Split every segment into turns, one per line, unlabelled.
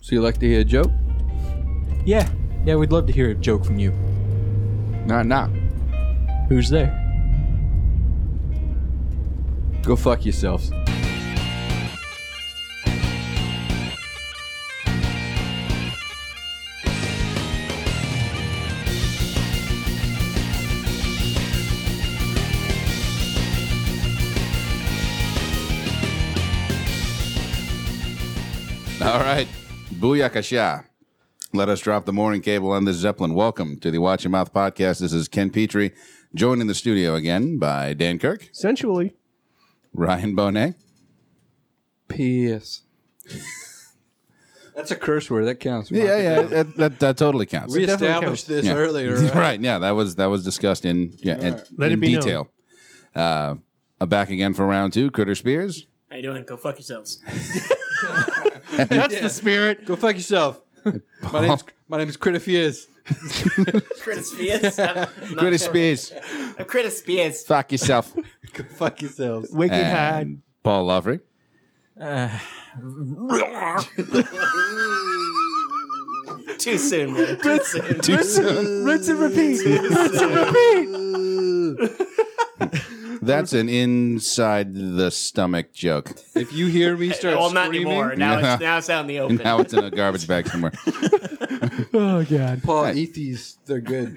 So you like to hear a joke?
Yeah, yeah, we'd love to hear a joke from you.
Nah, nah.
Who's there?
Go fuck yourselves.
All right. Booyakasha. Let us drop the morning cable on this Zeppelin. Welcome to the Watch Your Mouth podcast. This is Ken Petrie, joined in the studio again by Dan Kirk,
Sensually.
Ryan Bonet.
P.S. That's a curse word. That counts.
Yeah, yeah, that, that, that totally counts.
We
definitely
established
counts.
this
yeah.
earlier.
right? Yeah, that was that was discussed in yeah in,
Let it
in
be known.
detail. Uh, uh, back again for round two, Critter Spears.
How you doing? Go fuck yourselves.
That's the spirit.
Go fuck yourself. my name's my name's Critifiers.
Critter Spears. I'm Uh,
Critter Spears,
I'm Critter Spears.
fuck yourself.
Go fuck yourselves.
Wicked high.
and Paul Lovery.
Too soon, man. Too soon.
Too soon.
Rinse and repeat. Rinse and repeat.
That's an inside the stomach joke.
If you hear me start
Well, not
screaming,
anymore. Now
Yeah.
it's now it's out in the open.
And now it's in a garbage bag somewhere.
Oh, God.
Paul, eat these. They're good.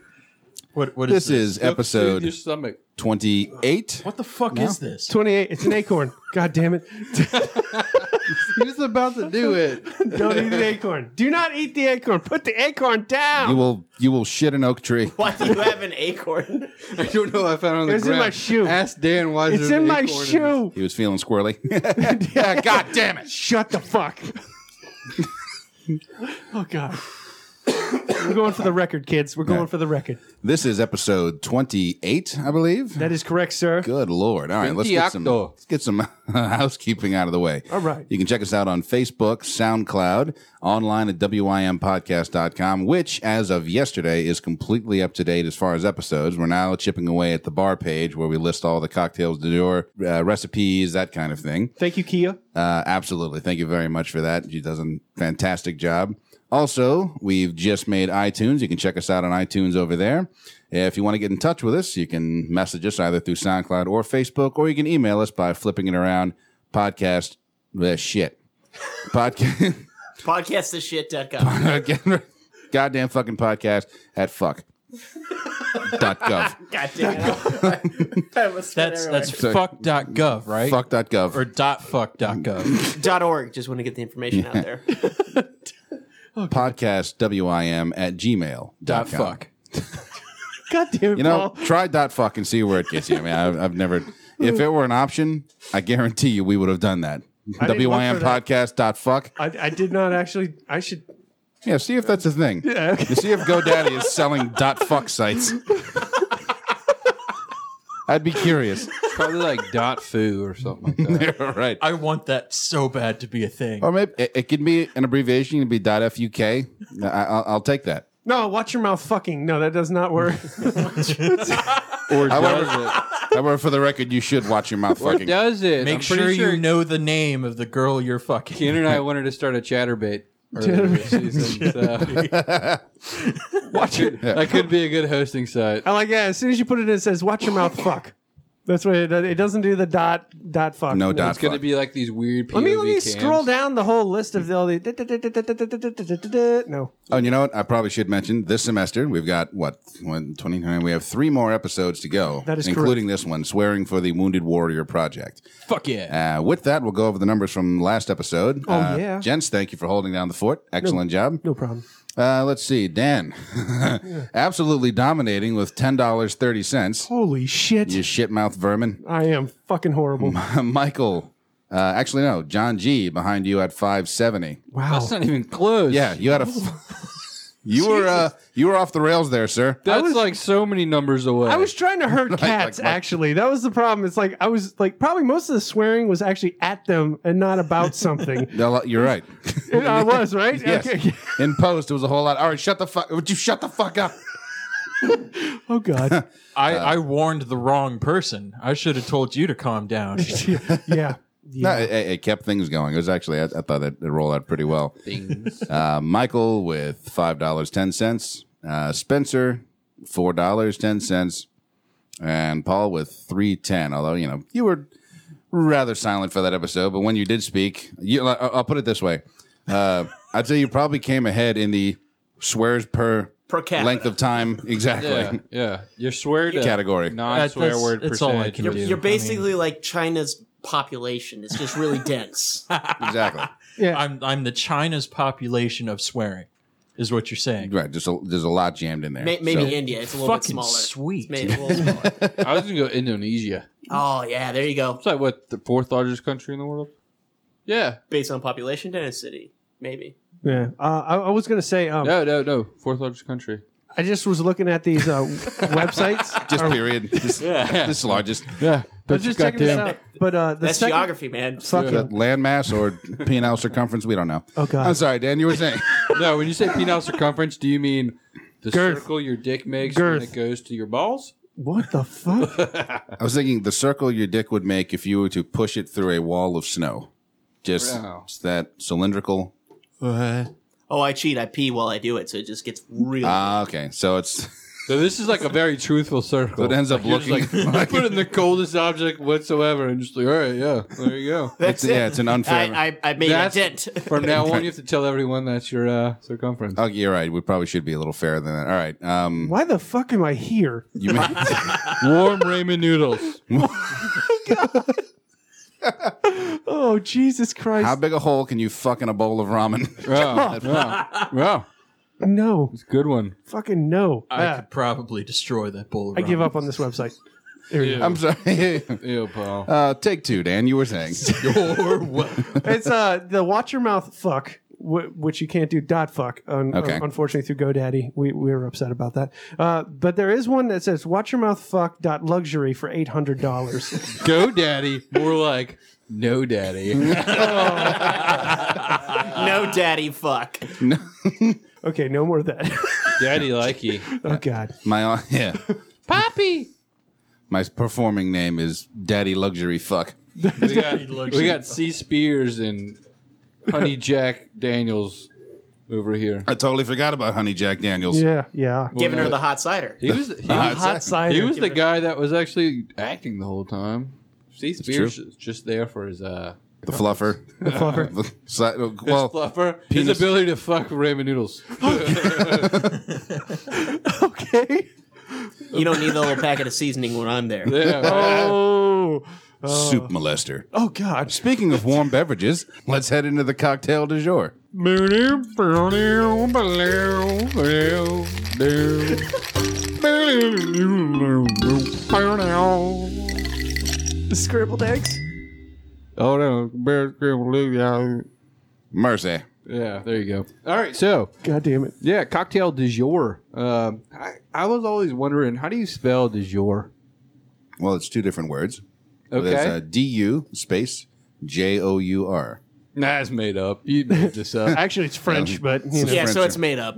What? What
This
is
is
Soothe your
episode
stomach.
28.
What the fuck is this?
28. It's an acorn. God damn it.
He was about to do it.
Don't eat the acorn. Do not eat the acorn. Put the acorn down.
You will you will shit an oak tree.
Why do you have an acorn?
I don't know. I found it on the
It's in
ground.
my shoe.
Ask Dan why is
it's
there
in
an
my
acorn
shoe.
He was feeling squirrely. yeah, god damn it.
Shut the fuck. oh, God. We're going for the record, kids. We're going for the record.
This is episode 28, I believe.
That is correct, sir.
Good lord. All right, let's get some
28.
let's get some housekeeping out of the way.
All right.
You can check us out on Facebook, SoundCloud, online at wimpodcast.com, which as of yesterday is completely up to date as far as episodes. We're now chipping away at the bar page where we list all the cocktails du jour, uh, recipes, that kind of thing.
Thank you, Kia.
Uh, absolutely. Thank you very much for that. She does a fantastic job. Also, we've just made iTunes. You can check us out on iTunes over there. If you want to get in touch with us, you can message us either through SoundCloud or Facebook, or you can email us by flipping it around podcast. The shit. Podcast.
Podcastthishit.com.
again, goddamn fucking podcast at fuck. dot gov.
God damn it. That was spit
That's
everywhere.
that's fuck.gov, right?
Fuck dot gov.
or dot fuck.gov.
dot org. Just want to get the information out there.
podcast wim at gmail
dot fuck.
God damn it,
You know,
Paul.
try dot fuck and see where it gets you. I mean, I've, I've never. If it were an option, I guarantee you we would have done that.
I didn't look
WYM
for that.
podcast dot fuck.
I, I did not actually. I should.
Yeah, see if that's a thing. Yeah. See if GoDaddy is selling dot fuck sites. I'd be curious.
Probably like dot foo or something like that.
right.
I want that so bad to be a thing.
Or maybe it, it could be an abbreviation. It'd be dot fuk. I, I'll, I'll take that.
No, watch your mouth fucking. No, that does not work.
or
However,
does it?
however, for the record, you should watch your mouth
Or
fucking.
does it? I'm
Make sure,
pretty
you know the name of the girl you're fucking.
Ken and I wanted to start a chatterbait. earlier this season, so
watch it.
that could be a good hosting site.
I like yeah. As soon as you put it in, it says "watch your mouth, fuck." That's what it does. It doesn't do the dot dot fuck.
no dot
It's going to
fuck.
be like these weird. POV
Let me let me
cams.
scroll down the whole list of the all the. No,
Oh, and you know what? I probably should mention this semester we've got what one, 29 We have three more episodes to go,
That is
including this one, swearing for the Wounded Warrior Project.
Fuck yeah.
Uh, with that, we'll go over the numbers from last episode. Oh
yeah.
gents, thank you for holding down the fort. Excellent job.
no problem.
Uh, let's see, Dan, absolutely dominating with ten dollars thirty cents.
Holy shit!
You shitmouth vermin.
I am fucking horrible.
Michael, uh, actually no, John G behind you at five seventy.
Wow.
That's not even close.
Yeah, you had a. you were uh, you were off the rails there, sir.
that's
was-
like so many numbers away.
I was trying to hurt cats.
like-
actually, that was the problem. It's like I was like probably most of the swearing was actually at them and not about something.
No, You're right.
And I was right.
Yes.
Okay.
In post, it was a whole lot. All right, shut the fuck. Would you shut the fuck up?
Oh god.
Uh,
I, I warned the wrong person. I should have told you to calm down.
yeah.
No, it, it kept things going. It was actually, I, I thought it, it rolled out pretty well.
Things.
Uh, Michael with five dollars ten cents. Uh, Spencer four dollars ten cents, and Paul with three ten. Although you know you were rather silent for that episode, but when you did speak, you, I- I'll put it this way: uh, I'd say you probably came ahead in the swears per
Per capita.
length of time exactly
Yeah, yeah. You're swear to
category.
non swear
That's-
word
that's all I
percentage.
can
You're-
do.
you're-
You're basically like China's population. It's just really dense.
exactly
yeah.
I'm I'm the China's population of swearing, is what you're saying.
right. Just a, there's a lot jammed in there.
May- maybe
So-
India. It's a little bit
Fucking
smaller. It's
sweet.
made a little smaller.
I was gonna go Indonesia.
oh yeah, there you go.
It's like what the fourth largest country in the world. Yeah,
Based on population density, maybe.
yeah. Uh, I, I was gonna say, um,
no, no, no. Fourth largest country.
I just was looking at these uh, websites.
just
Or-
period. Just, This largest
Yeah,
I was just checking this out. But uh, the
That's
second,
geography, man.
Fuck yeah.
landmass or penile circumference. We don't know.
Oh, God.
I'm sorry, Dan. You were saying.
No, when you say penile circumference, do you mean the
Girth.
circle your dick makes
Girth.
when it goes to your balls?
What the fuck?
I was thinking the circle your dick would make if you were to push it through a wall of snow. Just
Wow.
just that cylindrical.
Oh, I cheat. I pee while I do it, so it just gets real.
Ah, okay. So it's
So this is like a very truthful circle.
it ends up
You're just
looking
like,
like-
put in the coldest object whatsoever, and just like, all right, yeah, there you go.
it's, yeah, it's an unfair.
I, I, I made
That's-
a dent.
From now on, you have to tell everyone that's your uh, circumference.
Oh, you're right. We probably should be a little fairer than that. All right. Um,
Why the fuck am I here?
you may,
Warm ramen noodles.
Oh Jesus Christ!
how big a hole can you fuck in a bowl of ramen?
Yeah, yeah, yeah.
no,
It's a good one.
fucking no.
I
Ah,
could probably destroy that bowl of
I give
ramen.
up on this website. There you
Yeah.
I'm sorry.
Ew, Paul.
uh, take two, Dan. You were saying.
You're welcome.
go. It's uh the watch your mouth fuck, wh- which you can't do dot fuck. Un-
Okay.
unfortunately, through GoDaddy, we we were upset about that. Uh, but there is one that says watch your mouth fuck dot luxury for eight hundred dollars.
Go daddy. More like no daddy.
uh,
no, daddy, fuck.
okay, no more of that.
daddy likey.
oh God.
My yeah.
Poppy.
My performing name is Daddy Luxury Fuck.
We got, we got C. Spears and Honey Jack Daniels over here.
I totally forgot about Honey Jack Daniels.
Yeah, yeah.
Giving her the hot cider.
He was he,
Ah,
was,
it's-
Hot cider.
he was the guy that was actually acting the whole time. C. Spears is just there for his uh
The fluffer.
the fluffer.
The si- uh,
his
well,
fluffer,
penis.
his ability to fuck ramen noodles.
okay.
You don't need the little packet of seasoning when I'm there.
Yeah,
Oh.
soup molester.
Oh God.
Speaking of warm beverages, let's head into the cocktail du jour.
The scrambled eggs.
Oh no,
Mercy.
yeah, there you go. All right, so
God damn it.
yeah, cocktail du jour. Um, I, I was always wondering how do you spell du jour?
Well, it's two different words. There's
Okay,
uh, D U space J O U R.
that's made up. You made this up.
Actually, it's French, but you know.
Yeah, so
French.
it's made up.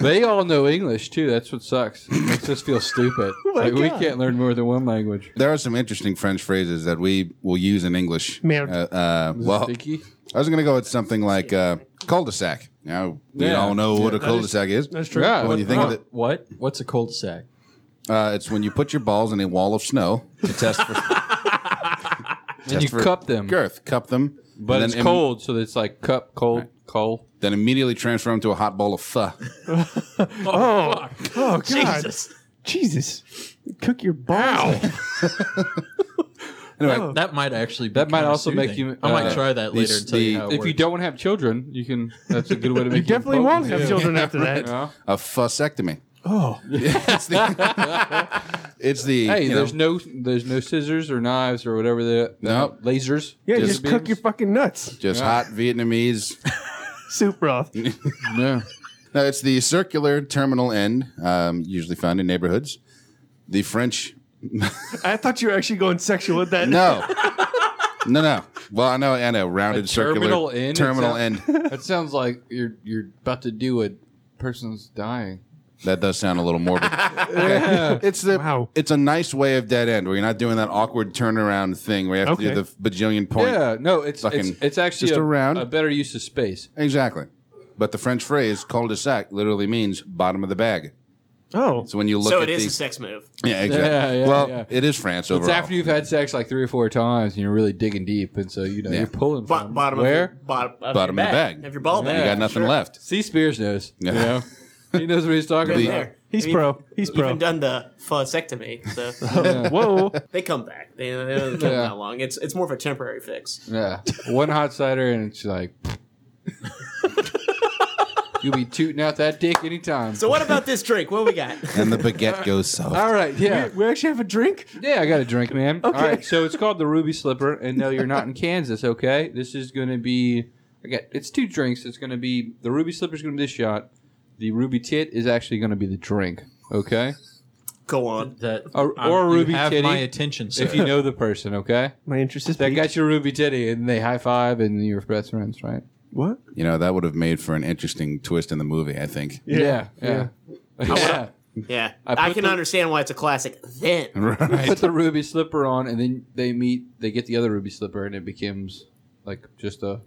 They all know English too. That's what sucks. It makes us feel stupid. like we
Oh God.
can't learn more than one language.
There are some interesting French phrases that we will use in English.
Merde.
Uh, uh, well,
Sticky.
I was going to go with something like uh, cul-de-sac. Now, we
Yeah.
all know what a cul-de-sac is.
That's true.
Yeah.
When you think of it,
What? What's a cold sack?
uh, it's when you put your balls in a wall of snow
Hmm.
to test for
And you
for
cup them,
girth, cup them.
but
and
it's
then im-
cold, so it's like cup, cold, cold.
then immediately transfer them to a hot bowl of pho.
Oh, oh God. Jesus.
Jesus.
Cook your balls.
Oh.
Anyway,
That might actually. Be
That might
kinda
also make
soothing.
you,
I might
uh,
try that
these-
later and tell you
the-
how it
If
If you
works.
don't want to have children, you can. That's a good way to make.
Definitely won't have children after that.
Yeah.
a fussectomy.
Oh,
It's the, it's the
Hey,
you
there's
know,
no there's no scissors or knives or whatever the
Nope.
lasers.
yeah.
Laser
Just cook
beams.
your fucking nuts.
just hot Vietnamese.
Soup broth.
Yeah.
no, it's the circular terminal end, um, usually found in neighborhoods. The French,
I thought you were actually going sexual with that.
no, no, no. Well, I know, I know, rounded circular
terminal end? It
terminal
sounds-
end.
That sounds like you're you're about to do what person's dying.
That does sound a little morbid. Okay. It's the
Wow.
it's a nice way of dead end where you're not doing that awkward turnaround thing where you have to do
Okay.
the bajillion point.
Yeah, no, it's
Fucking-
it's, it's actually
just
a,
around.
a better use of space.
Exactly. But the French phrase cul-de-sac literally means bottom of the bag.
Oh,
So when you look
So
at
it is
the
a sex move.
Yeah, exactly.
Yeah, yeah,
well,
yeah.
it is France overall.
It's after you've had sex like three or four times and you're really digging deep, and so you know
Yeah.
you're pulling
Bo-
from
bottom
where
of your, bottom of
Um, Bottom
your
of the
bag.
bag.
Of your ball
you
bag.
got nothing
Sure.
left.
C. Spears knows.
Yeah.
You know, he knows what he's talking
Been
about.
there.
He's
I mean,
pro. He's pro.
Even done the vasectomy. So
whoa.
they come back. They, they don't come
Yeah.
that long. It's it's more of a temporary fix.
Yeah, one hot cider, and she's like, "You'll be tooting out that dick anytime."
So what about this drink? What we got?
And the baguette goes soft.
all right, yeah,
We actually have a drink?
yeah, I got a drink, man. All right, so it's called the Ruby Slipper, and no, you're not in Kansas, okay? This is going to be, I got it's two drinks. It's going to be the Ruby Slipper is going to be this shot. The Ruby Tit is actually going to be the drink, okay?
Go on.
That
Or-
um,
or Ruby
you have
Kitty,
my attention, sir.
If you know the person, okay?
My interest is
That
piqued.
got your Ruby Titty, and they high five, and you're best friends, right?
What?
You know, that would have made for an interesting twist in the movie, I think.
Yeah, yeah. Yeah.
Yeah,
I
I,
put
can
the-
understand why it's a classic. Then
Right.
Put the ruby slipper on, and then they meet. They get the other ruby slipper, and it becomes like just a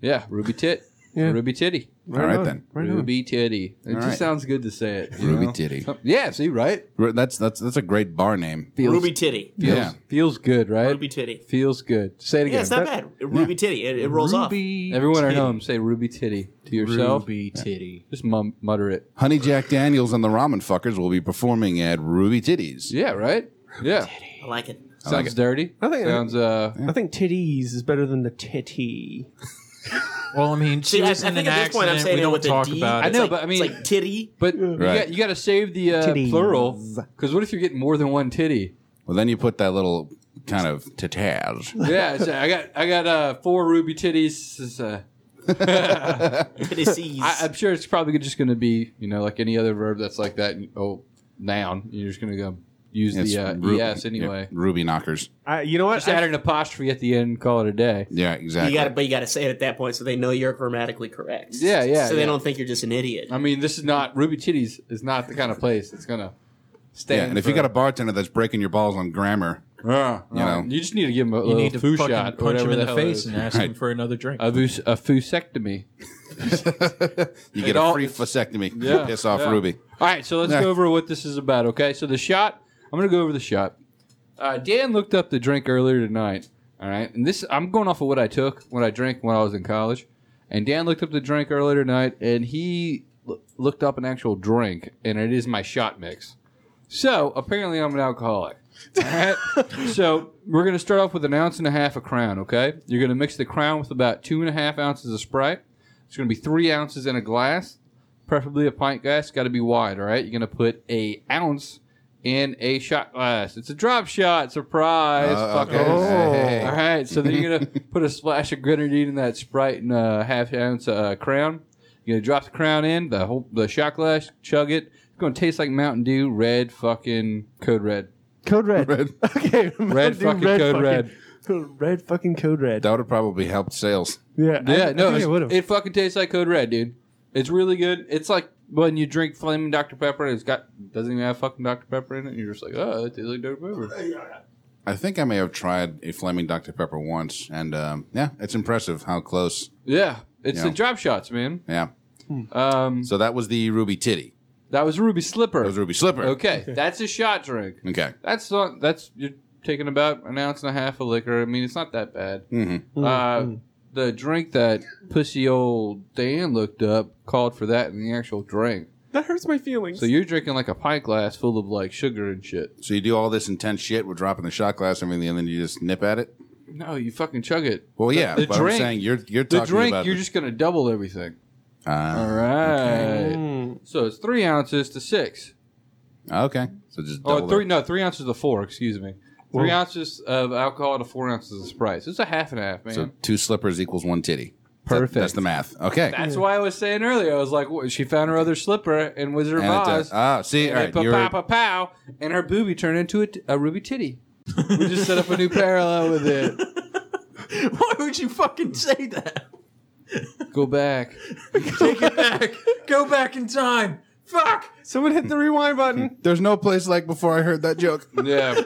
yeah, ruby tit,
Yeah.
ruby titty,
Right
All right,
on,
then.
Right on.
ruby titty. It just
right.
sounds good to say it. you
Ruby
know?
Titty.
Yeah, see, right?
That's that's that's a great bar name.
Feels,
Ruby Titty.
feels,
Yeah.
feels good, right?
Ruby Titty.
feels good. Say it again.
Yeah, it's not bad. Ruby Titty. It, it rolls
Everyone at home, say ruby titty to yourself.
Ruby titty.
Just mum, mutter it.
Honey Jack Daniels and the Ramen Fuckers will be performing at Ruby Titties.
Yeah, right. Yeah,
off. I like it.
sounds dirty.
I think-
sounds uh.
I think titties is better than the titty.
Well, I mean, she
See, I, I
was in
think
an
at this point I'm saying
accident. we
it
don't
with a
talk
D.
about
I
it.
know,
It's like-
but I mean-
it's like titty.
But you,
Right.
got, you got to save the uh,
Titties.
plural because what if you're getting more than one titty?
Well, then you put that little kind of tattage.
yeah, so I got I got uh, four ruby titties. It's, uh,
Titties.
I, I'm sure it's probably just going to be you know like any other verb that's like that oh noun. You're just going to go use
It's
the uh,
Ru-
es anyway.
yeah, Ruby knockers.
I, you know what?
Just add an apostrophe at the end, and call it a day.
Yeah,
you
exactly.
got, but you got to say it at that point so they know you're grammatically correct.
Yeah, yeah,
So they
yeah.
don't think you're just an idiot.
I mean, this is not ruby titties is not the kind of place that's going to stand.
yeah, and if you got a bartender that's breaking your balls on grammar,
a, uh, you
know.
you just need to give him a
you
little
need to
foo
fucking
shot, or
punch
whatever
him in the,
hell it
face
is.
and ask him for another drink.
a, vus- a fusectomy.
you get a
all-
free vasectomy.
Yeah,
You piss off
yeah.
Ruby.
All right, so let's
Yeah.
go over what this is about. Okay, so the shot. I'm gonna go over the shot. Uh, Dan looked up the drink earlier tonight. All right, and this I'm going off of what I took, what I drank when I was in college. And Dan looked up the drink earlier tonight, and he l- looked up an actual drink, and it is my shot mix. So apparently, I'm an alcoholic. All right? so we're gonna start off with an ounce and a half of Crown. Okay, you're gonna mix the Crown with about two and a half ounces of Sprite. It's gonna be three ounces in a glass preferably a pint glass. Got to be wide, all right? You're gonna put a ounce in a shot glass. It's a drop shot. Surprise,
Uh, okay.
fuckers.
Oh. Hey.
All right, so then you're gonna put a splash of grenadine in that Sprite and a half ounce uh, Crown. You're gonna drop the Crown in the whole the shot glass. Chug it. It's gonna taste like Mountain Dew, red fucking code red.
Code red.
Red.
Okay.
Red fucking code red.
red. Red fucking code red.
That would have probably helped sales.
Yeah. I-
Yeah,
I,
no,
think
it's-
it would have.
it fucking tastes like Code Red, dude. It's really good. It's like when you drink Flaming Dr Pepper, and it's got doesn't even have fucking Dr Pepper in it. And you're just like, oh, that tastes like Dr Pepper.
I think I may have tried a Fleming Dr. Pepper once, and um, yeah, it's impressive how close.
Yeah, it's the
Yeah.
drop shots, man.
Yeah.
Um,
So that was the Ruby Titty.
that was Ruby Slipper.
That was Ruby Slipper.
okay, that's a shot drink.
Okay.
That's not that's you're taking about an ounce and a half of liquor. I mean, it's not that bad.
Mhm.
Mm,
Uh, The drink that pussy old Dan looked up called for that in the actual drink.
that hurts my feelings.
So you're drinking like a pint glass full of like sugar and shit.
So you do all this intense shit. We're dropping the shot glass and everything, and then you just nip at it.
No, you fucking chug it.
Well, yeah,
the
but
drink-
I'm saying you're you're
The
talking
drink,
about
you're
the-
just gonna double everything. All
Ah,
right.
Mm.
So it's three ounces to six.
okay. So just
Oh,
double
three.
it.
No, three ounces to four. Excuse me. Three ounces of alcohol to four ounces of Sprite. So It's a half and a half, man.
So two slippers equals one titty.
Perfect.
That's the math. Okay.
That's why I was saying earlier. I was like, what, she found her other slipper in Wizard of
And it
Oz.
does- ah, see, all
and
right,
pa
you're,
pa pa pow, and her boobie turned into a, t- a ruby titty. we just set up a new parallel with it.
Why would you fucking say that?
Go back.
Go back in time.
Fuck! Someone hit the rewind button.
There's no place like before I heard that joke.
Yeah.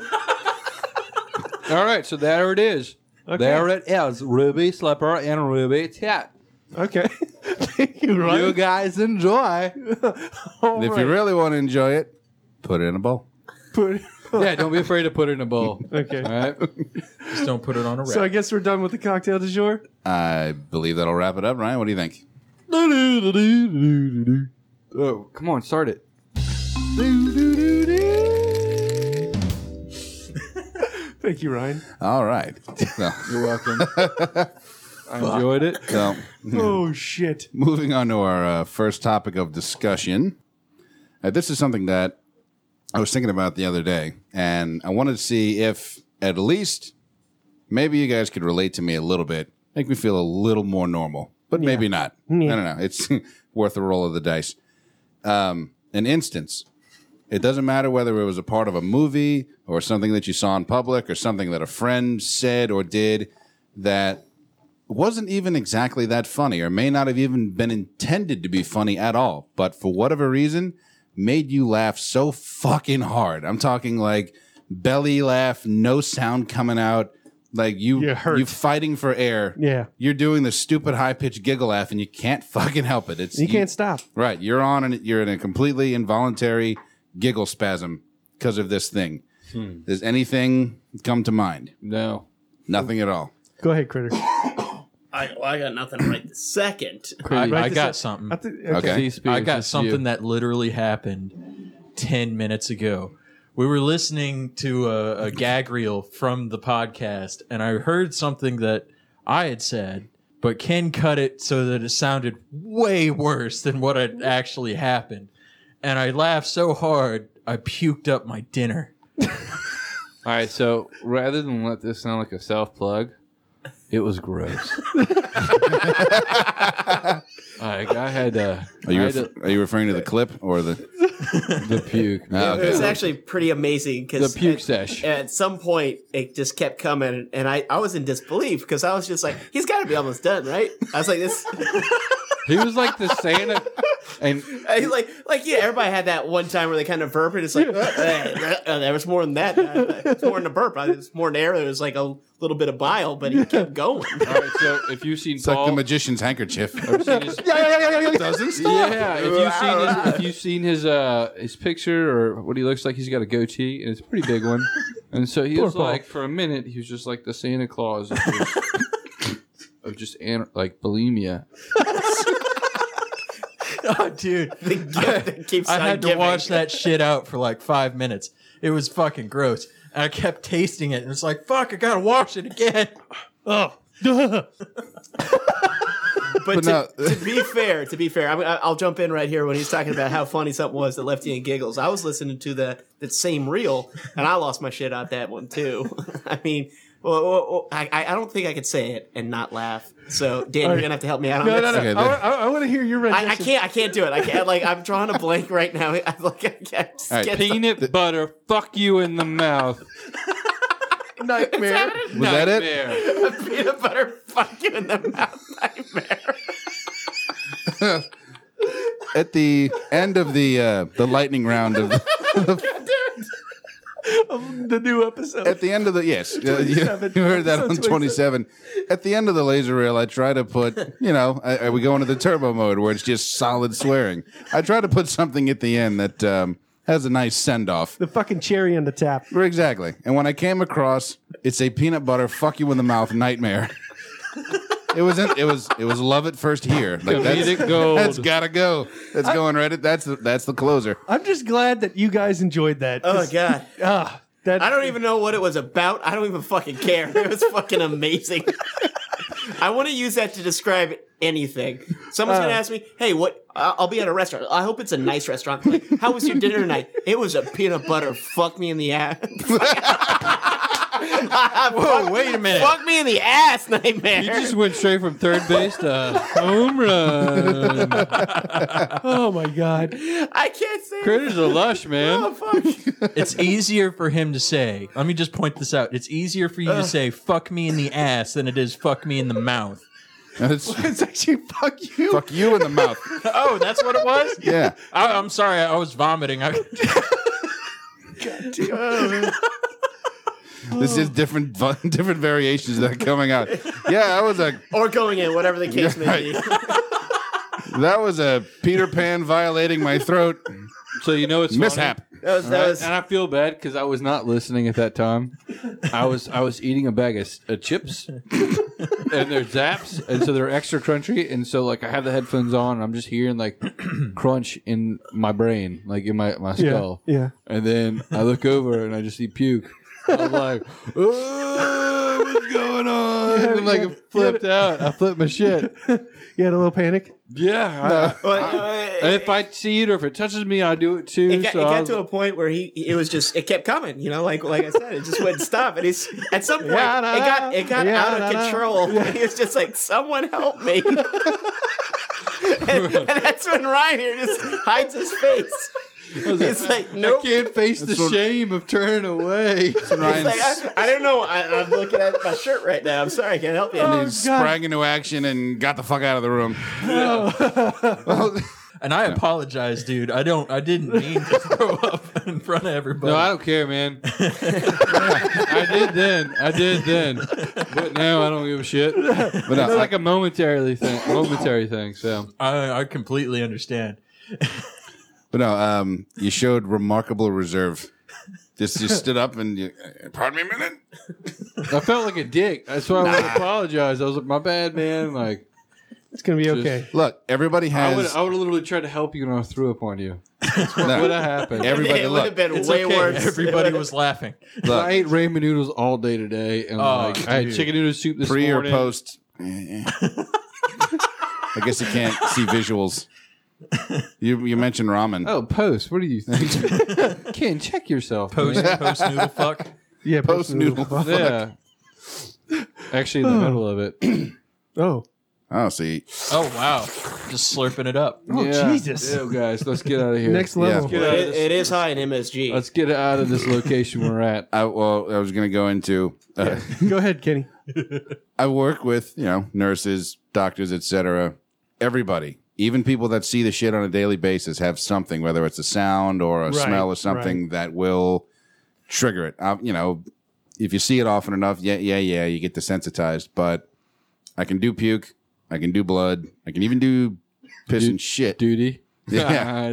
All right, so there it is. There it is. Ruby Slipper and Ruby Tat.
Okay. Thank you, Ryan.
You guys enjoy.
All
And if
right.
you really want to enjoy it, put it in a bowl.
Put-
Yeah, don't be afraid to put it in a bowl.
Okay.
All right.
Just don't put it on a rack.
So I guess we're done with the cocktail du jour.
I believe that'll wrap it up, Ryan. What do you think?
Oh, come on, start it.
Thank you, Ryan.
All right. So,
You're welcome. I enjoyed it.
so,
Oh shit.
moving on to our uh, first topic of discussion. Uh, this is something that I was thinking about the other day, and I wanted to see if at least maybe you guys could relate to me a little bit, make me feel a little more normal, but maybe not. I don't know. It's worth a roll of the dice. Um, an instance. It doesn't matter whether it was a part of a movie or something that you saw in public or something that a friend said or did that wasn't even exactly that funny or may not have even been intended to be funny at all, but for whatever reason made you laugh so fucking hard. I'm talking like belly laugh, no sound coming out, like you
You're hurt.
you fighting for air.
Yeah.
You're doing the stupid high pitched giggle laugh and you can't fucking help it. It's
You can't stop.
Right. You're on an, you're in a completely involuntary giggle spasm because of this thing. Does anything come to mind?
Hmm. No.
Nothing at all.
Go ahead, Critter.
I, well, I got nothing right this second.
I,
Right
I
this
got
is-
something.
I thi-
Okay.
CSP
I
is
got
just
something
you.
that literally happened 10 minutes ago. We were listening to a, a gag reel from the podcast, and I heard something that I had said, but Ken cut it so that it sounded way worse than what had actually happened. And I laughed so hard, I puked up my dinner.
All right, so rather than let this sound like a self plug, it was gross. like I had to,
Are you
I had
ref- are you referring to the clip or the?
to- the puke.
Ah,
It was
okay.
actually pretty amazing
The
because
puke sesh.
at some point it just kept coming and i, I was in disbelief because i was just like he's got to be almost done right i was like this
He was like the Santa, and
I, like like yeah everybody had that one time where they kind of burp and it's like uh, uh, uh, there was more than that it's more than a burp I- it's more than air there was like a little bit of bile but he kept going
all right, so if you've seen
It's like the
Paul,
magician's handkerchief.
I've seen his-
doesn't stop.
yeah, if you've seen his, if you've seen his uh his picture or what he looks like, he's got a goatee and it's a pretty big one. And so he was
Paul.
like, for a minute, he was just like the Santa Claus of just, of just an- like bulimia.
Oh, dude.
the gift that keeps
I
on
had to
giving.
watch that shit out for like five minutes. It was fucking gross. And I kept tasting it, and it's like, fuck, I gotta wash it again. Oh,
but,
But
to, to be fair, to be fair, I mean, I- I'll jump in right here when he's talking about how funny something was that left you in giggles. I was listening to the that same reel, and I lost my shit out that one too. I mean, well, well, well, I, I don't think I could say it and not laugh. So Dan, you're gonna have to help me out on
No,
this.
no, no.
Oh,
Okay,
I, want to hear your rendition.
I, I can't. I can't do it. I can't. Like I'm drawing a blank right now. I like. I can't. just
All right,
get the-
Peanut butter, fuck you in the mouth.
Nightmare.
Was that it?
Nightmare.
peanut butter fuck you in the mouth nightmare.
At the end of the uh, the lightning round of
the new episode.
at the end of the yes, uh, you,
27.
you heard that on
Episode
twenty seven. At the end of the laser reel, I try to put you know, I, I, we go into the turbo mode where it's just solid swearing. I try to put something at the end that um, has a nice send off.
the fucking cherry on the tap.
Exactly. And when I came across, it's a peanut butter fuck you in the mouth nightmare. It was in, it was it was love at first here. Like that's,
Comedic gold.
that's gotta go. That's going right. At, that's the, that's the closer.
I'm just glad that you guys enjoyed that.
Oh
'cause,
god.
ah, that
I don't even know what it was about. I don't even fucking care. It was fucking amazing. I want to use that to describe anything. Someone's gonna ask me, "Hey, what?" I- I'll be at a restaurant. I hope it's a nice restaurant. Like, how was your dinner tonight? It was a peanut butter. Fuck me in the ass.
whoa, wait a minute.
Fuck me in the ass, nightmare.
You just went straight from third base to home run.
Oh my god.
I can't say. it.
Critters are lush, man.
Oh, fuck.
It's easier for him to say, let me just point this out. It's easier for you to say, fuck me in the ass than it is fuck me in the mouth.
That's,
It's actually fuck you.
fuck you in the mouth.
Oh, that's what it was.
Yeah.
I, I'm sorry, I was vomiting. I,
This is different different variations that are coming out. Yeah, that was a
or going in, whatever the case
Yeah,
may be.
that was a Peter Pan violating my throat
So you know it's funny?
mishap.
That was, that was
and I feel bad because I was not listening at that time. I was I was eating a bag of s- uh, chips, and they're zaps, and so they're extra crunchy. And so like I have the headphones on, and I'm just hearing like crunch in my brain, like in my my
Yeah,
skull.
yeah.
And then I look over and I just see puke. I'm like, oh, what's going on? I'm like flipped out. I flipped my shit.
You had a little panic.
Yeah. I-
but, uh,
and if I see it or if it touches me, I do it too.
it got,
so I
it got
was-
to a point where he it was just it kept coming you know like like i said it just wouldn't stop and he's at some point
Yeah, da,
it got it got
yeah,
out of
da, da.
control he was just like someone help me and, and that's when ryan here just hides his face he's like
I
nope
can't face the
what-
shame of turning away.
He's like, I, I don't know. I, I'm looking at my shirt right now. I'm sorry, I can't help you.
oh,
He sprang into action and got the fuck out of the room.
and I apologize, dude. I don't. I didn't mean to throw up in front of everybody.
No, I don't care, man. I did then. I did then. But now I don't give a shit. But uh,
But no,
it's like a momentarily thing. Momentary thing. So
I, I completely understand.
But no, um, you showed remarkable reserve. Just you stood up and you, pardon me a minute.
I felt like a dick. That's why I wanted to apologize. I was like, my bad, man. Like
It's gonna be okay.
Look, everybody
I would,
has.
I would have literally tried to help you, and I threw up on you.
no,
What happened?
everybody,
it would
look,
have been
It's
way
okay.
worse.
Everybody was laughing.
I
look
ate ramen noodles all day today, and like, I had
dude.
chicken noodle soup this
pre or
morning.
post. Eh, eh. I guess you can't see visuals. You you mentioned ramen.
Oh, post. What do you think? Ken, check yourself. man.
Post post noodle fuck.
Yeah,
Post noodle.
Yeah. Actually, in the middle of it.
Oh,
Oh, see,
Oh wow, just slurping it up.
oh
Yeah.
Jesus!
Ew, guys, let's get out of here.
Next level.
Get out
But
of
it,
this-
it is high in MSG.
let's get out of this location we're at.
I well, I was gonna go into. Uh,
Go ahead, Kenny.
I work with you know nurses, doctors, etc. Everybody, even people that see the shit on a daily basis, have something, whether it's a sound or a
Right,
smell or something that will trigger it. Um, you know, if you see it often enough, yeah, yeah, yeah, you get desensitized. But I can do puke, I can do blood, I can even do piss and shit.
Duty.
Yeah.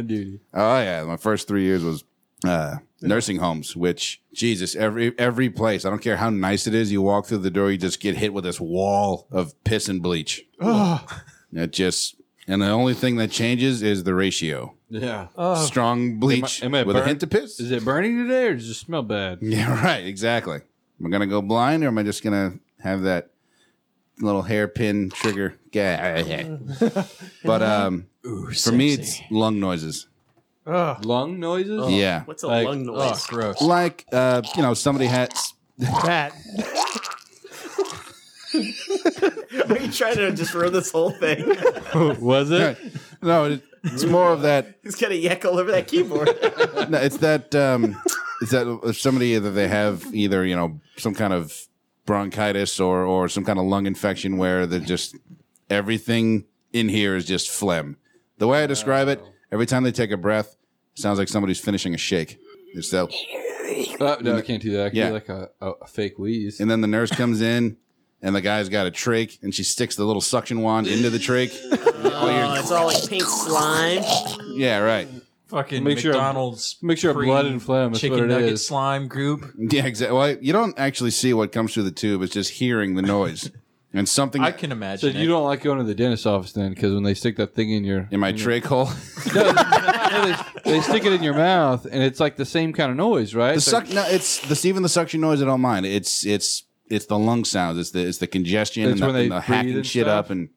duty.
Oh yeah, my first three years was uh, nursing homes. Which Jesus, every every place. I don't care how nice it is. You walk through the door, you just get hit with this wall of piss and bleach. It just and the only thing that changes is the ratio.
Yeah.
Strong bleach
Oh. am I
with a
burnt?
hint of piss.
Is it burning today or does it smell bad?
Yeah, right. Exactly. Am I gonna go blind or am I just gonna have that little hairpin trigger? Yeah. but um,
Ooh,
for me, it's lung noises.
Oh,
Lung noises?
Yeah.
What's a
Like,
lung
oh,
noise?
gross.
Like uh, you know, somebody has
that.
Are you trying to just ruin this whole thing?
Was it?
No, it- it's more of that.
He's gonna yak all over that keyboard.
No, it's that. Um, it's that if somebody that they have either you know some kind of bronchitis or or some kind of lung infection where they're just everything in here is just phlegm. The way I describe it, every time they take a breath, it sounds like somebody's finishing a shake. It's that,
Uh, no, I can't do that. I can
Yeah.
do like a, a, a fake wheeze.
and then the nurse comes in. And the guy's got a trach, and she sticks the little suction wand into the trach.
Oh, it's all like pink slime.
Yeah, right.
Fucking
Make sure-
McDonald's.
make sure
free
blood and phlegm, that's
Chicken
what it
nugget
is.
slime group.
Yeah, exactly. Well, you don't actually see what comes through the tube. It's just hearing the noise, and something
I can
So
imagine.
you
it.
don't like going to the dentist office then because when they stick that thing in your.
in my trach hole.
No, they, they stick it in your mouth and it's like the same kind of noise, right?
The
It's
suck. No, it's this. Even the suction noise, I don't mind. It's it's it's the lung sounds. It's the it's the congestion
That's
and the,
when they
and the
breathe
hacking
and
shit
stuff?
up and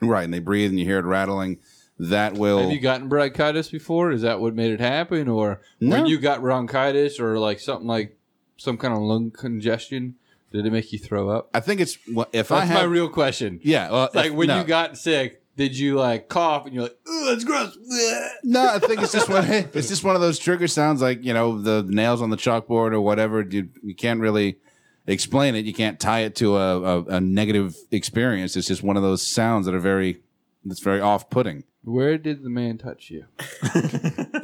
right, and they breathe and you hear it rattling. That will.
Have you gotten bronchitis before? Is that what made it happen, or
No.
when you got bronchitis, or like something like some kind of lung congestion? Did it make you throw up?
I think it's well, if I
That's
have.
my real question.
yeah, well,
Like
if-
when
no.
you got sick, did you like cough and you're like, "Ugh, that's gross"? bleh."
No, I think it's just one. It's just one of those trigger sounds, like you know the nails on the chalkboard or whatever. You you can't really. explain it. You can't tie it to a, a, a negative experience. It's just one of those sounds that are very that's very off putting.
Where did the man touch you?
Yeah, I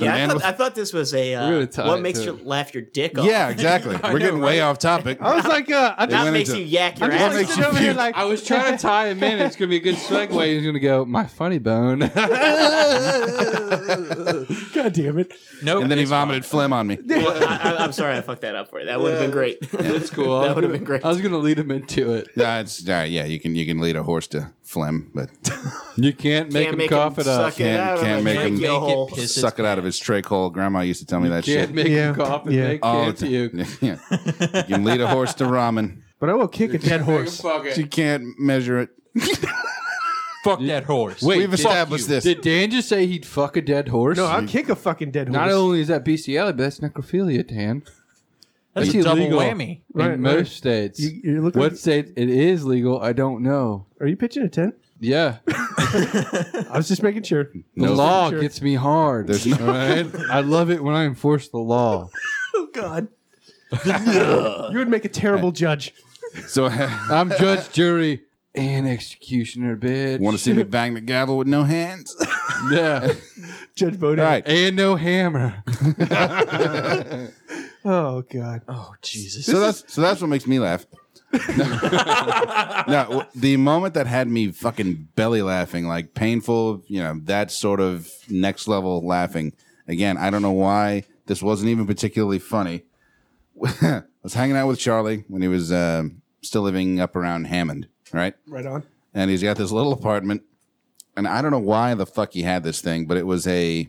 man
thought,
with-
I thought this was a uh,
We're gonna tie
what
it
makes
to
you
it.
laugh your dick off.
Yeah, exactly. We're getting way off topic.
I was like, uh, I just,
that
went
makes
into-
you yak
I'm
your
just
ass
like
makes
off.
sitting
you
over here
puke.
like
I was trying to tie him in. It's gonna be a good segue. He's gonna go, my funny bone.
God damn it!
No,
and then he
it's
vomited phlegm on me.
Well, I, I, I'm sorry, I fucked that up for you. That would have been great.
That's cool.
That would've been great.
I was gonna lead him into it.
Yeah, it's, all right, yeah, you can you can lead a horse to phlegm, but
You can't make
Can't
him
make
cough
him
it up.
suck it
Can't-
out of
can't
a
make him-
drink,
Make
you
it
hole.
piss. It's his
suck it out of his trach hole. Grandma used to tell me that shit.
Can't make
Yeah.
him cough and
Yeah.
make
All
can't
the-
you.
yeah. You can lead a horse to ramen.
But I will kick a dead horse.
Fuck
You
it.
can't measure it.
Fuck that horse.
Wait,
We've
did-
established this.
Did Dan just say he'd fuck a dead horse?
No, I'll kick a fucking dead horse.
Not only is that bestiality, but that's necrophilia, Dan.
that's a
It's
double
illegal.
whammy.
Right,
in
right.
most states.
You- you're looking-
what state it is legal, I don't know.
Are you pitching a tent?
Yeah. The
I was just making sure.
No.
law
Sure.
gets me hard.
There's no-
all right? I love it when I enforce the law.
You would make a terrible judge.
So
I'm judge, jury, and executioner, bitch.
want to see me bang the gavel with no hands?
Yeah.
Judge Bodan.
All right.
and no hammer.
Oh God.
Oh Jesus!
So that's so that's what makes me laugh. no, w- the moment that had me fucking belly laughing, like painful, you know, that sort of next level laughing. Again, I don't know why this wasn't even particularly funny. I was hanging out with Charlie when he was um still living up around Hammond, right?
Right on.
and he's got this little apartment. And I don't know why the fuck he had this thing, but it was a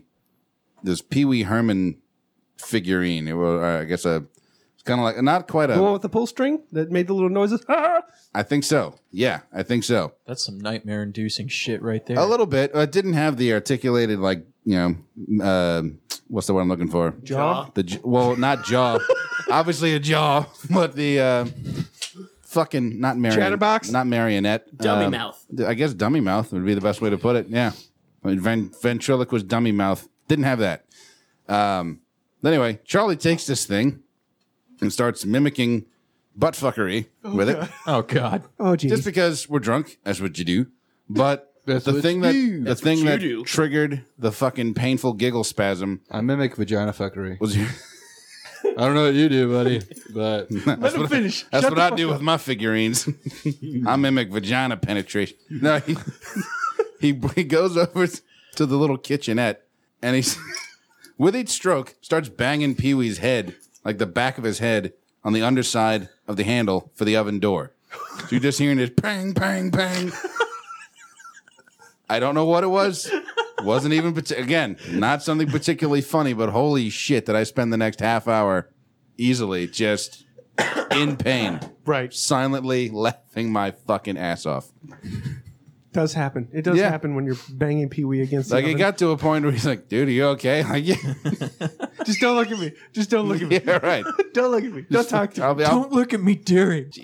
this Pee Wee Herman figurine. It was, uh, I guess, a it's kind of like not quite
The one
a.
with the pull string that made the little noises. Ah!
I think so. Yeah, I think so.
That's some nightmare-inducing shit right there.
A little bit. It didn't have the articulated like you know uh, what's the word I'm looking for?
Jaw.
The j- well, not jaw. Obviously a jaw, but the uh, fucking not marionette.
Chatterbox?
not marionette.
Dummy
um,
mouth.
th- I guess dummy mouth would be the best way to put it. Yeah, I mean, Ven- ventriloquist dummy mouth didn't have that. Um, anyway, Charlie takes this thing and starts mimicking butt fuckery with it,
oh God!
Oh
just
jeez.
because we're drunk. That's what you do. But
That's
the
what
thing
you
that
do.
the
That's
thing
what you
that
do.
triggered the fucking painful giggle spasm
I mimic vagina fuckery.
was.
I don't know what you do, buddy, but
Let him finish.
That's
Shut
what
the
I
fuck
do
up.
with my figurines. I mimic vagina penetration. No, he, he he goes over to the little kitchenette and he's with each stroke starts banging Pee Wee's head like the back of his head on the underside of the handle for the oven door. So you're just hearing this bang bang bang. I don't know what it was. Wasn't even parti- again not something particularly funny, but holy shit! Did I spend the next half hour easily just in pain?
Right.
silently laughing my fucking ass off.
Does happen. It does
Yeah.
happen when you're banging Pee Wee against.
Like
the
it
oven.
got to a point where he's like, "Dude, are you okay?" Like, yeah,
Just don't look at me. Just don't look at me.
yeah right.
Don't look at me. Don't talk to me.
I'll be out.
Don't look at me, Derek.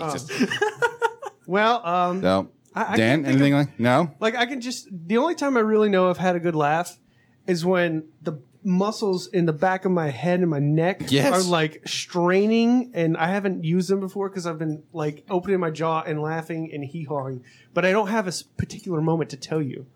Well, um,
No.
I- I
Dan,
can't
anything
think
like no?
Like I can just the only time I really know I've had a good laugh is when the muscles in the back of my head and my neck
Yes.
are like straining and I haven't used them before because I've been like opening my jaw and laughing and hee hawing, but I don't have a s- particular moment to tell you.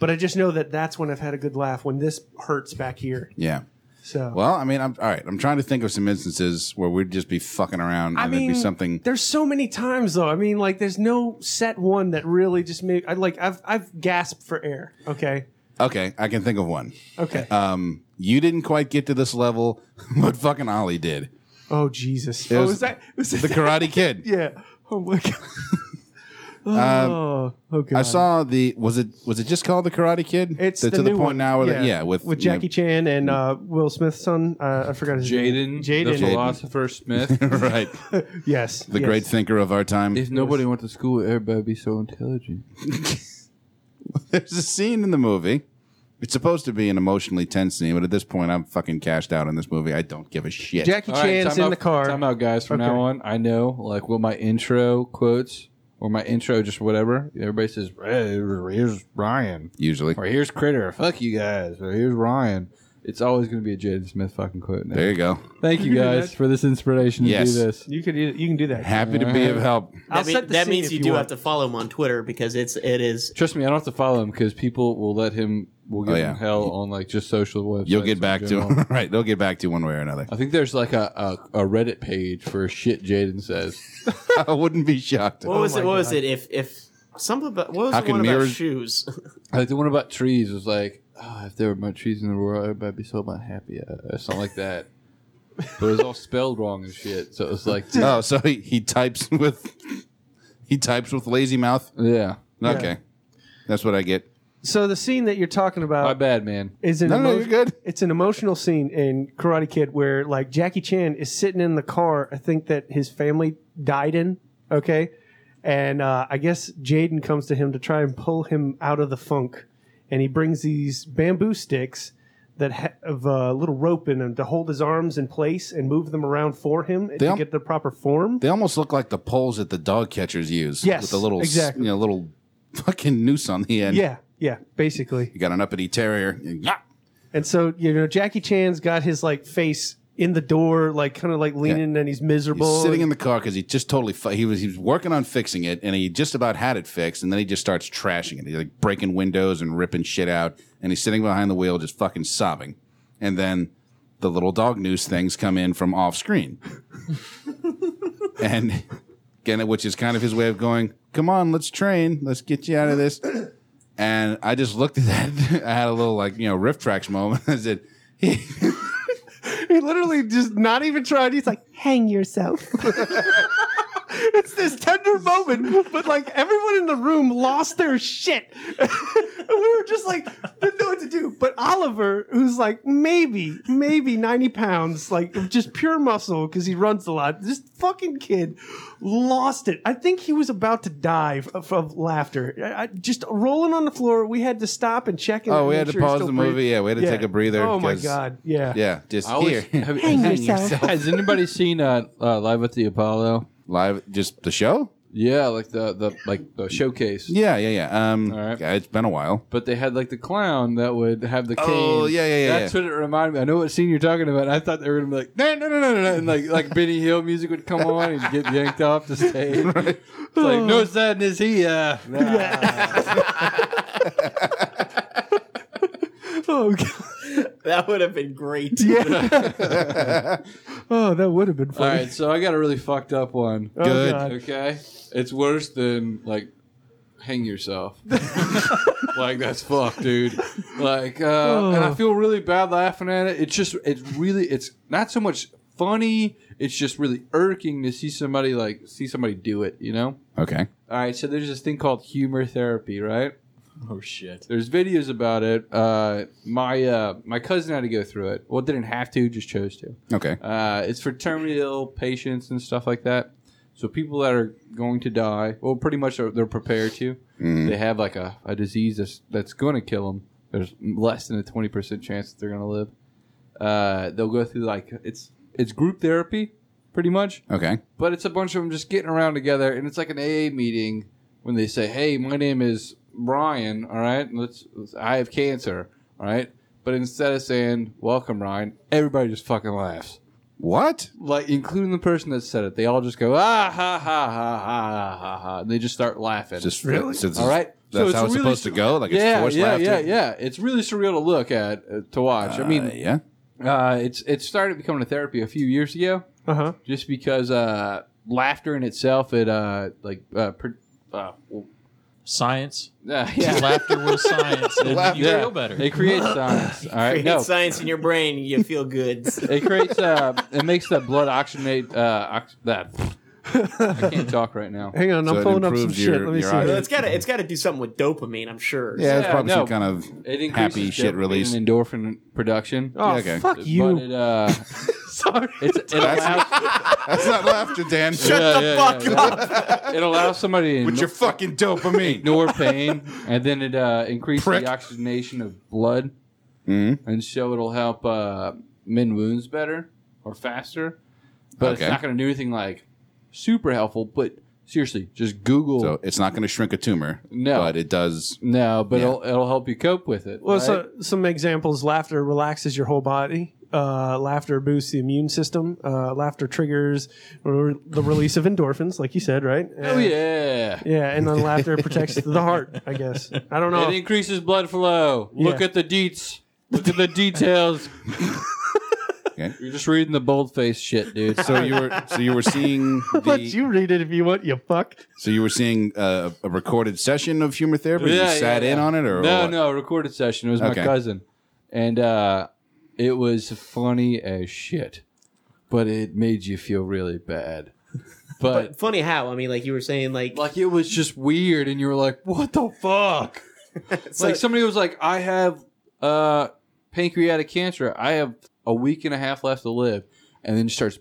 But I just know that that's when I've had a good laugh when this hurts back here.
Yeah.
So
Well, I mean, I'm all right. I'm trying to think of some instances where we'd just be fucking around and
I
there'd
mean
be something.
There's so many times though. I mean, like there's no set one that really just made. I like I've I've gasped for air. Okay.
Okay, I can think of one.
Okay.
Um, you didn't quite get to this level, but fucking Ollie did.
oh Jesus.
it
oh,
was-
was that was
The Karate Kid.
Yeah. Oh my god. oh, oh god.
Um, I saw the was it was it just called the Karate Kid?
It's
The-
the
to the
new
point
one.
now where
yeah.
the, yeah with
with
you know,
Jackie Chan and uh, Will Smith's son. Uh, I forgot his name.
Jaden, the
Jaden.
philosopher Smith.
right
Yes.
the
yes.
great thinker of our time.
if nobody went to school, everybody would be so intelligent.
there's a scene in the movie. It's supposed to be an emotionally tense scene, but at this point, I'm fucking cashed out in this movie. I don't give a shit.
Jackie
All right,
Chan's
time
in
out-
the car.
Time out, guys. From
Okay.
now on, I know like what my intro quotes or my intro, just whatever. Everybody says, "Hey, "Here's Ryan,"
Usually,
or "Here's Critter." Fuck you guys. Or "Here's Ryan." It's always going to be a Jaden Smith fucking quote. Now.
There you go.
Thank you guys for this inspiration to
Yes.
do this.
You could you can do that.
Happy to be of help.
I'll
that mean-
set the
that
scene
means
if
you
you
do
want.
have to follow him on Twitter because it's it is
Trust me, I don't have to follow him because people will let him. Will give
Oh, yeah.
him hell on like just social websites.
You'll get
in
back to
general.
him. right. They'll get back to you one way or another.
I think there's like a, a, a Reddit page for shit Jaden says.
I wouldn't be shocked.
what was
Oh my
it? What was
God.
it? If if some about what was
How
the
can
one about
mirrors-
shoes?
Like the one about trees was like, oh, if there were more trees in the world, I'd be so much happier, or something like that. but it was all spelled wrong and shit. So it was like,
Oh, so he, he types with he types with lazy mouth.
yeah,
Okay, that's what I get.
So the scene that you're talking
my
about
bad, man.
is an
No, no,
emo-
you're good.
It's an emotional scene in Karate Kid where like Jackie Chan is sitting in the car. I think that his family died in. Okay, and uh, I guess Jaden comes to him to try and pull him out of the funk, and he brings these bamboo sticks that ha- have a little rope in them to hold his arms in place and move them around for him and
They
to
al-
get the proper form.
They almost look like the poles that the dog catchers use.
Yes,
with the little s-
exactly.
you know, little fucking noose on the end.
yeah, yeah, basically.
you got an uppity terrier. Yeah.
And so, you know, Jackie Chan's got his like face in the door, like kind of like leaning, and he's miserable.
He's sitting in the car because he just totally fu- he was he was working on fixing it and he just about had it fixed and then he just starts trashing it. He's like breaking windows and ripping shit out and he's sitting behind the wheel just fucking sobbing. And then the little dog news things come in from off screen. and again, which is kind of his way of going, "Come on, let's train. Let's get you out of this." And I just looked at that. I had a little like you know riff tracks moment. I said,
he literally just not even trying. He's like, "Hang yourself." it's this tender moment, but like everyone in the room lost their shit. and we were just like, didn't know what to do. But Oliver, who's like maybe, maybe 90 pounds, like of just pure muscle because he runs a lot, this fucking kid lost it. I think he was about to die of, of laughter. I, I- just rolling on the floor, we had to stop and check. and
"Oh, we
make
had to
sure he's
pause
still
the movie.
breathing.
Yeah, we had to
Yeah.
take a breather."
Oh my
'cause-
god, yeah.
Yeah, just
I always,
here.
have-
yourself.
has anybody seen uh, uh, Live at the Apollo?
live just the show
Yeah, like the, the like the showcase.
yeah yeah yeah um
All right.
yeah, it's been a while
But they had like the clown that would have the cane.
Oh, yeah, yeah, yeah,
That's what it reminded me. I know what scene you're talking about. I thought they were gonna be like, no, no, no, no, no, no, and like like Benny Hill music would come on and get yanked off the stage. It's like no sadness here.
Oh, God.
That would have been great.
Yeah. oh, that would have been
All
funny.
right, so I got a really fucked up one.
Oh,
Good.
God.
Okay, it's worse than like hang yourself. like that's fucked, dude. Like, uh, and
Oh.
I feel really bad laughing at it. It's just, it's really, it's not so much funny. It's just really irking to see somebody like see somebody do it. You know.
okay
All right, so there's this thing called humor therapy, right?
Oh shit.
There's videos about it. Uh, my uh, my cousin had to go through it. Well, didn't have to, just chose to.
okay
Uh, it's for terminally ill patients and stuff like that. So people that are going to die, well, pretty much are, they're prepared to. They have like a, a disease that's, that's going to kill them. There's less than a twenty percent chance that they're going to live. Uh, they'll go through like it's it's group therapy, pretty much.
okay
But it's a bunch of them just getting around together, and it's like an AA meeting when they say, "Hey, my name is Brian. All right, let's. let's- I have cancer. All right." But instead of saying "Welcome, Ryan," everybody just fucking laughs
what
like including the person that said it, they all just go ah ha ha ha ha ha ha, ha and they just start laughing.
just really so this is-
all right, So
that's how
really
it's supposed to
sur-
go like it's
yeah,
forced
yeah,
laughter
yeah, yeah. It's really surreal to look at uh, to watch. I
Uh,
mean,
yeah
uh, it's it started becoming a therapy a few years ago,
Uh huh.
just because uh, laughter in itself, it uh, like uh, per, uh, well,
Science.
uh, yeah,
Laughter was science. And you
Yeah.
feel better. uh,
It creates science. All right,
Create
no,
science in your brain, you feel good.
it creates uh, it makes the blood oxygenate. Uh, ox- that I can't talk right now.
Hang on,
So
I'm
it
pulling up some
improves your-
shit. Let me
your
see.
eye-
Well, it's gotta it's gotta do something with dopamine, I'm sure.
yeah it's
Yeah,
probably
no.
some kind of
It increases
happy shit
dopamine
release
and endorphin production.
Oh,
Yeah, okay.
fuck you.
But it, uh,
Sorry.
it's, it allows
that's not laughter dan
Shut
Yeah,
the
yeah,
fuck
yeah,
up.
it allows somebody to
with your
ignore,
fucking dopamine
ignore pain, and then it uh, increases
Prick.
the oxygenation of blood,
Mhm.
and so it'll help uh, mend wounds better or faster. But
Okay.
it's not going to do anything like super helpful. But Seriously, just Google.
So it's not going to shrink a tumor.
No.
But it does.
no, but it'll, it'll help you cope with it.
Well,
right?
so, some examples: laughter relaxes your whole body. Uh, laughter boosts the immune system. Uh, laughter triggers re- the release of endorphins, like you said, right?
oh yeah.
Yeah, and then laughter protects the heart. I guess I don't know.
It increases blood flow. Look
Oh. Yeah.
at the deets. Look at the details.
Okay.
You're just reading the boldface shit, dude.
So you were so you were seeing
Let
the,
you read it if you want. You fuck.
so you were seeing uh, a recorded session of humor therapy. you sat in on it or
no?
or what?
No, a recorded session. It was
Okay.
my cousin, and uh, it was funny as shit, but it made you feel really bad. But,
Funny how I mean, like you were saying, like,
like it was just weird, and you were like, "What the fuck?"
so-
like somebody was like, "I have uh, pancreatic cancer. I have a week and a half left to live," and then starts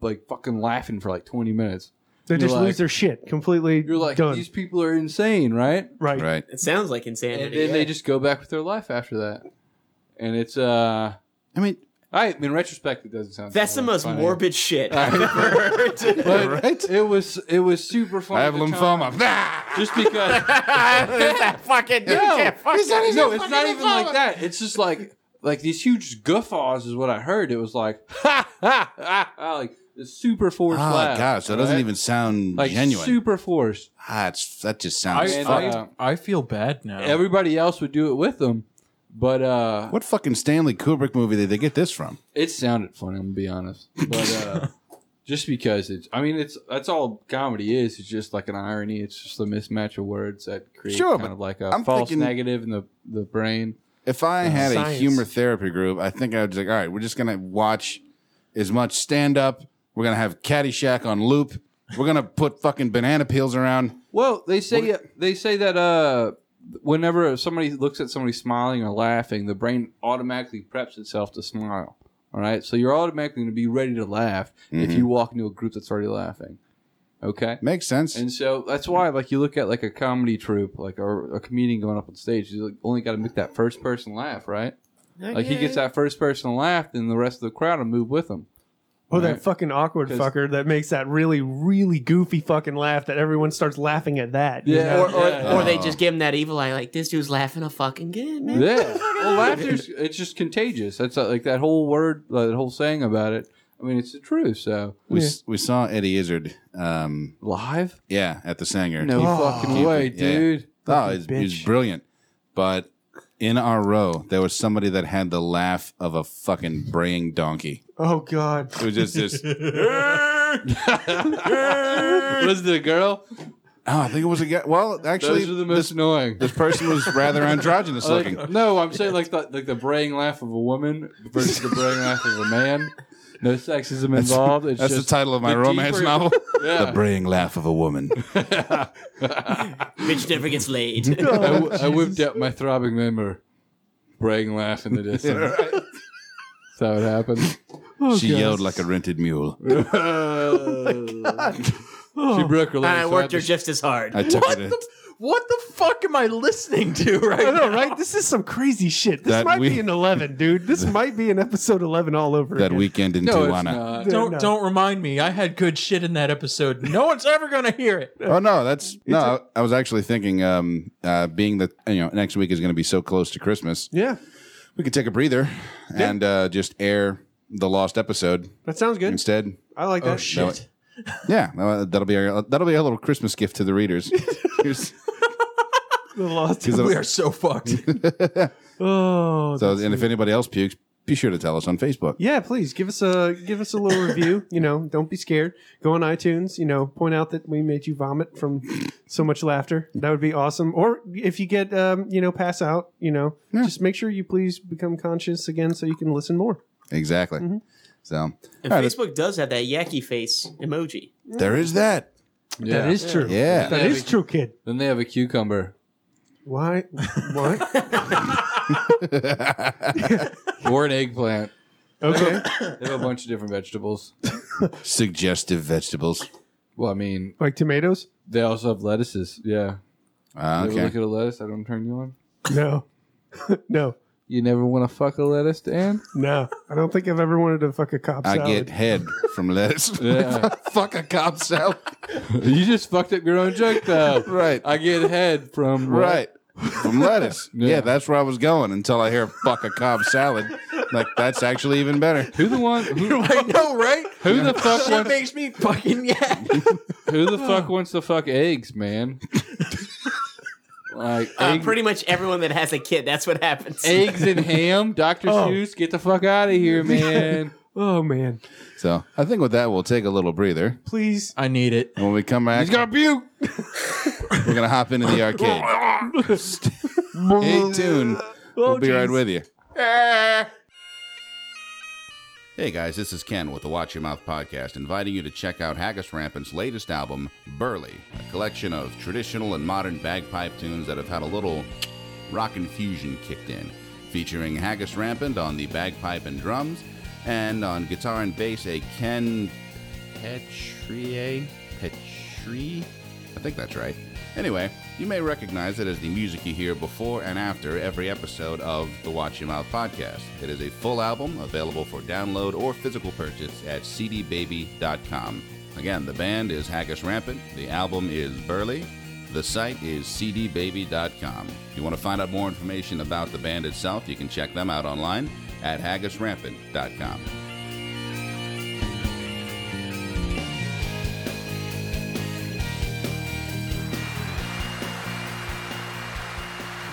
like fucking laughing for like twenty minutes.
They
You're
just
like-
lose their shit completely.
You're like,
done.
"These people are insane, right?"
right.
Right.
it sounds like
And
insanity.
then
yeah.
they just go back with their life after that, and it's uh.
I mean,
I in retrospect, it doesn't sound.
That's the
so
most
Oh, funny.
morbid shit I've ever heard.
But It was it was super funny.
I have
at the
lymphoma.
time. Just because.
fucking dude
no,
can't fucking-
no, it's not even like that. It's just like like these huge guffaws is what I heard. It was like ha ha ha, ha like the super forced
Oh
laugh.
gosh, that doesn't
right?
even sound
like
genuine.
super forced.
ah, it's, that just
I,
sounds.
And,
fucked.
uh,
I, I feel bad now.
Everybody else would do it with them, but uh,
Oh. what fucking Stanley Kubrick movie did they get this from?
it sounded funny. I'm gonna be honest, but uh, just because it's, I mean, it's that's all comedy is. It's just like an irony. It's just a mismatch of words that create
Sure, but
kind of like a
I'm
false
thinking-
negative in the the brain.
If I had a
Uh, Science.
humor therapy group, I think I would just like, all right, we're just gonna watch as much stand up. We're gonna have Caddyshack on loop. We're gonna put fucking banana peels around.
Well, they say they say that uh, whenever somebody looks at somebody smiling or laughing, the brain automatically preps itself to smile. All right, so you're automatically going to be ready to laugh if you walk into a group that's already laughing. Okay.
Makes sense.
And so that's why, like, you look at like a comedy troupe, like or a comedian going up on stage. You like, only got to make that first person laugh, right? Like he gets that first person laugh, then the rest of the crowd will move with him.
Oh,
Right.
that fucking awkward
'Cause-
fucker that makes that really, really goofy fucking laugh that everyone starts laughing at that. you
Yeah.
know?
Or, or,
Yeah.
or they just give him that evil eye, like this dude's laughing a fucking good man.
Yeah, well, laughter's it's just contagious. That's uh, like that whole word, uh, that whole saying about it. I mean, it's the truth. So
we, s we saw Eddie Izzard, um,
live?
yeah, at the Sanger.
No
Oh.
fucking way,
Yeah.
dude.
Oh, he's,
Fucking
he's
bitch.
brilliant. But in our row, there was somebody that had the laugh of a fucking braying donkey.
Oh, God.
It was just this. oh,
was the girl?
Oh, I think it was a guy. Well, actually,
Those are the most
this,
annoying.
this person was rather androgynous looking.
Like, no, I'm saying like the like the braying laugh of a woman versus the braying laugh of a man. No sexism involved. It's
That's
just
the title of my
the
romance
deeper-
novel.
Yeah.
The braying laugh of a woman.
Bitch never gets laid.
I, w- I whipped out my throbbing member, braying laugh in the distance. That's how it happened.
she yelled like a rented mule.
She broke her leg.
I
so had
worked her
to-
just as hard.
I took
what,
it.
the, what the fuck am I listening to
I
right
know,
now?
right? This is some crazy shit. This
That
might
we-
be an 11, dude. This might be an episode 11 all over
That
again.
weekend in
No, it's
Tijuana.
not.
Don't
No.
don't remind me. I had good shit in that episode. No one's ever gonna hear it.
Oh no, that's no. I I was actually thinking, um, uh, being that you know next week is going to be so close to Christmas,
Yeah,
we could take a breather and uh, just air the lost episode
that sounds good.
instead.
I
Oh,
like that.
No, yeah, no, that'll be our that'll be our little Christmas gift to the readers. Here's-
The lost-
'cause
We
it'll-
are so fucked.
Oh,
so, and if anybody else pukes, be sure to tell us on Facebook.
Yeah, please give us a give us a little review. You know, don't be scared. Go on iTunes. You know, point out that we made you vomit from so much laughter. That would be awesome. Or if you get um, you know pass out, you know, just make sure you please become conscious again so you can listen more.
Exactly. So
And
all right,
Facebook does have that yucky face emoji.
there is that.
Yeah.
That is true.
Yeah.
that is true, kid.
Then they have a cucumber.
Why? What?
Or an eggplant.
Okay.
They have a bunch of different vegetables.
Suggestive vegetables.
Well, I mean,
Like tomatoes?
they also have lettuces. Yeah.
Ah,
You ever
okay.
look at a lettuce, I don't turn you on.
No, no.
You never want to fuck a lettuce, Dan?
No, I don't think I've ever wanted to fuck a cop
I
salad.
get head from lettuce. Fuck a cop salad.
you just fucked up your own joke, though.
Right.
I get head from what?
Right. From lettuce. yeah. that's where I was going until I hear fuck a cob salad. Like, that's actually even better.
Who the one? Who,
I know, right?
who the fuck
That
wants?
makes me fucking yeah.
Who the fuck wants to fuck eggs, man? Like
Uh,
egg-
pretty much everyone that has a kid, that's what happens.
eggs and ham, Doctor
Oh.
Seuss. Get the fuck out of here, man.
Oh man,
So, I think with that, we'll take a little breather.
please.
I need it.
And when we come back,
He's got puke.
we're going to hop into the arcade. Stay tuned. We'll be
Oh,
right with you. Hey guys, this is Ken with the Watch Your Mouth podcast, inviting you to check out Haggis Rampant's latest album, Burley, a collection of traditional and modern bagpipe tunes that have had a little rock infusion kicked in, featuring Haggis Rampant on the bagpipe and drums, and on guitar and bass, a Ken Petrie. Petrie? I think that's right. Anyway, you may recognize it as the music you hear before and after every episode of the Watch Your Mouth podcast. It is a full album available for download or physical purchase at cdbaby.com. Again, the band is Haggis Rampant, the album is Burley, the site is cdbaby.com. If you want to find out more information about the band itself, you can check them out online at haggisrampant.com.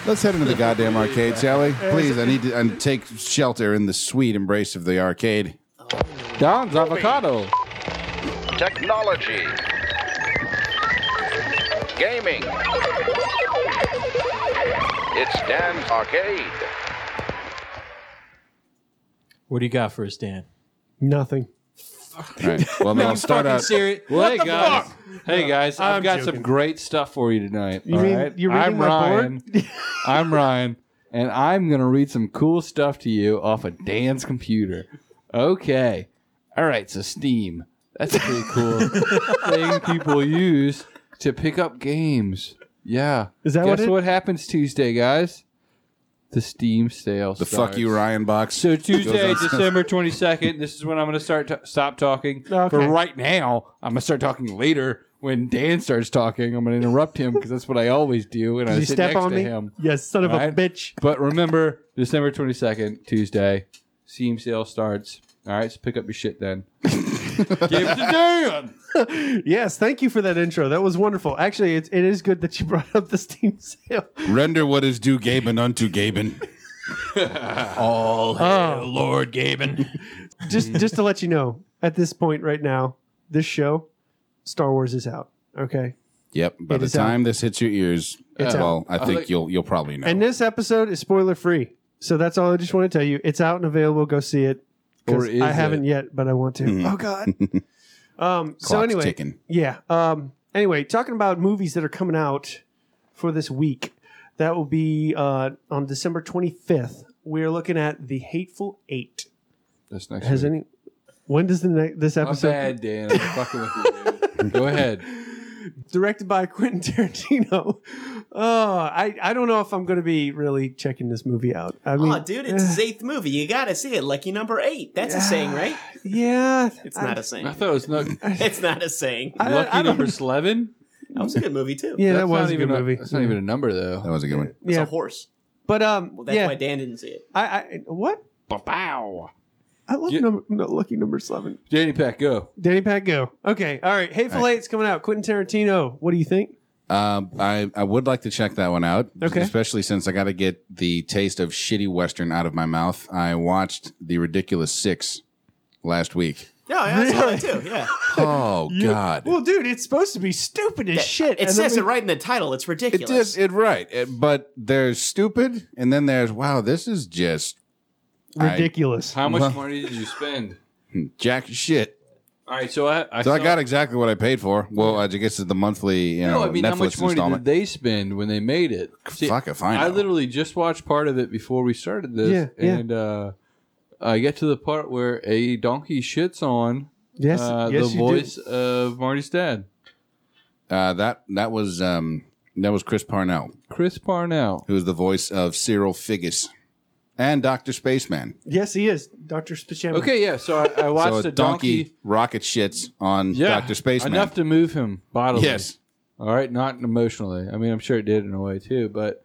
Let's head into the goddamn arcade, shall we? Please, I need to I take shelter in the sweet embrace of the arcade.
Don's avocado.
technology, gaming. It's Dan's Arcade.
What do you got for us, Dan?
Nothing.
All right. Well, then I'll start
fucking
out.
serious.
Well, hey guys. Hey guys, I've
I'm
got some
joking.
great stuff for you tonight.
You
all
mean
right?
you're reading
I'm
my
Ryan.
board?
I'm Ryan, and I'm gonna read some cool stuff to you off of Dan's computer. Okay. All right. So Steam. That's a pretty cool thing people use to pick up games. Yeah.
Is that
Guess
what it-
what happens Tuesday, guys? The Steam sale.
The fuck you, Ryan box.
So Tuesday,
Goes on-
December twenty second. This is when I'm going to start t- stop talking.
Okay.
For right now, I'm going to start talking later. When Dan starts talking, I'm going to interrupt him because that's what I always do. And I
Did you
sit
step
next
on
to
me?
him.
Yes, son of
Right.
a bitch.
But remember, December twenty second, Tuesday, Steam sale starts. All right, so pick up your shit then. Give it to Dan.
Yes, thank you for that intro. That was wonderful. Actually, it, it is good that you brought up the Steam sale.
Render what is due Gaben unto Gaben.
All hail Lord Gaben.
Mm-hmm.
Just just to let you know, at this point right now, this show, Star Wars is out. Okay.
Yep. By
It
the
is out.
time this hits your ears, uh,
It's
well, I think
like-
you'll you'll probably know.
And this episode is spoiler free. So that's all I just want to tell you. It's out and available. Go see it. 'Cause
Or is
I haven't
it? Mm-hmm.
yet, but I want to. Oh god. Um so
Clock's
anyway.
ticking.
Yeah. Um anyway, talking about movies that are coming out for this week. That will be uh on December 25th. We're looking at The Hateful 8.
That's next.
Has
week.
any when does the ne- this
I'm
episode
bad, Dan. I'm fucking with you. dude. Go ahead.
directed by Quentin Tarantino? Oh, I I don't know if I'm going to be really checking this movie out. I mean,
oh, dude, it's his eighth movie. You gotta see it. Lucky number eight. That's a saying, right?
yeah,
It's
I-
not a
I
saying.
thought it was not,
It's not a saying.
I- I
lucky
don't-
number eleven.
That was a good movie too.
Yeah,
That's
that was
not
a
even
good movie.
That's not even a number though.
That was a good one.
It's
yeah,
a horse.
but um,
Well, that's
yeah,
why Dan didn't see it.
I, I what
Bow.
I love
Yeah.
number no, lucky number seven.
Danny Pack, go.
Danny Pack, go. Okay, all right. Hateful
All right.
Eight's coming out. Quentin Tarantino. What do you think?
Um, I, I would like to check that one out.
Okay.
Especially since I got to get the taste of shitty Western out of my mouth. I watched The Ridiculous Six last week.
No, yeah, I saw that too. Yeah,
Oh, God.
Well, dude, it's supposed to be stupid as shit.
It
and
says
then
it right in the title. It's
it
ridiculous.
is, it right. It- but there's stupid, and then there's, wow, this is just
we- ridiculous.
How much
Well-
money did you spend?
jack shit.
All right, so I, I
So I
saw-
got exactly what I paid for. Well, I guess it's the monthly, you know,
No, I mean,
Netflix
how much money
installment.
did they spend when they made it? See,
Fuck if I know.
I literally just watched part of it before we started this,
Yeah, yeah.
and uh, I get to the part where a donkey shits on
yes,
uh,
yes,
the
you
voice
do.
of Marty's dad,
uh, that that was um, that was Chris Parnell,
Chris Parnell.
who is the voice of Cyril Figgis. and Doctor Spaceman.
Yes, he is Doctor Spachamo.
Okay, yeah. So I, I watched
so
the
donkey,
donkey.
rocket shits on
Yeah,
Doctor Spaceman.
enough to move him bodily.
yes,
All right, not emotionally. I mean, I'm sure it did in a way too, but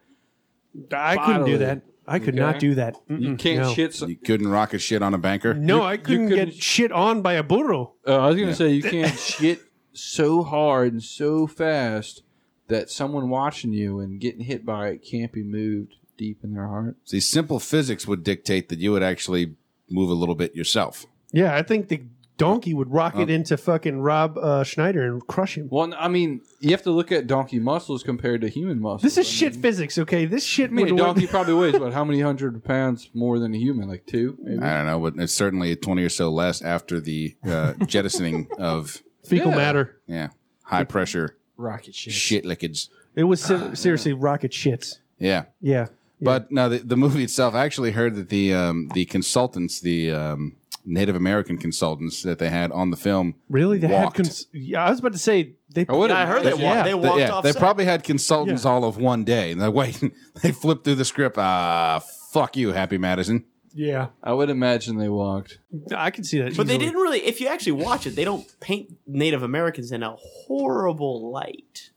I couldn't
bodily.
do that. I could not
Okay.
do that. Mm-mm,
you can't
Mm-hmm. no.
shit. Some,
you couldn't rocket shit on a banker.
No, I couldn't,
couldn't
get
sh-
shit on by a burro.
uh, I was gonna say you can't shit so hard and so fast that someone watching you and getting hit by it can't be moved deep in their heart.
See, simple physics would dictate that you would actually move a little bit yourself.
Yeah, I think the donkey would rocket into fucking Rob uh, Schneider and crush him.
Well, I mean, you have to look at donkey muscles compared to human muscles.
This is
I
shit physics, okay? This shit
mean, I mean,
would
a donkey probably weighs about how many hundred pounds more than a human? Like two, maybe.
I don't know, but it's certainly twenty or so less after the uh, jettisoning of
fecal
Yeah.
matter.
yeah high pressure
Rocket shit.
shit liquids.
It was se- seriously rocket shits.
Yeah.
Yeah.
But no, the, the movie itself. I actually heard that the um, the consultants, the um, Native American consultants that they had on the film,
Really? They
walked.
had cons- yeah, I was about to say they
I would
I
have.
heard they, wa-
Yeah.
they
They-
walked
yeah,
off
they
set.
probably had consultants all of one day. And they wait, they flipped through the script. Ah, fuck you, Happy Madison.
Yeah.
I would imagine they walked.
I can see that.
But they
easily.
didn't really. If you actually watch it, they don't paint Native Americans in a horrible light.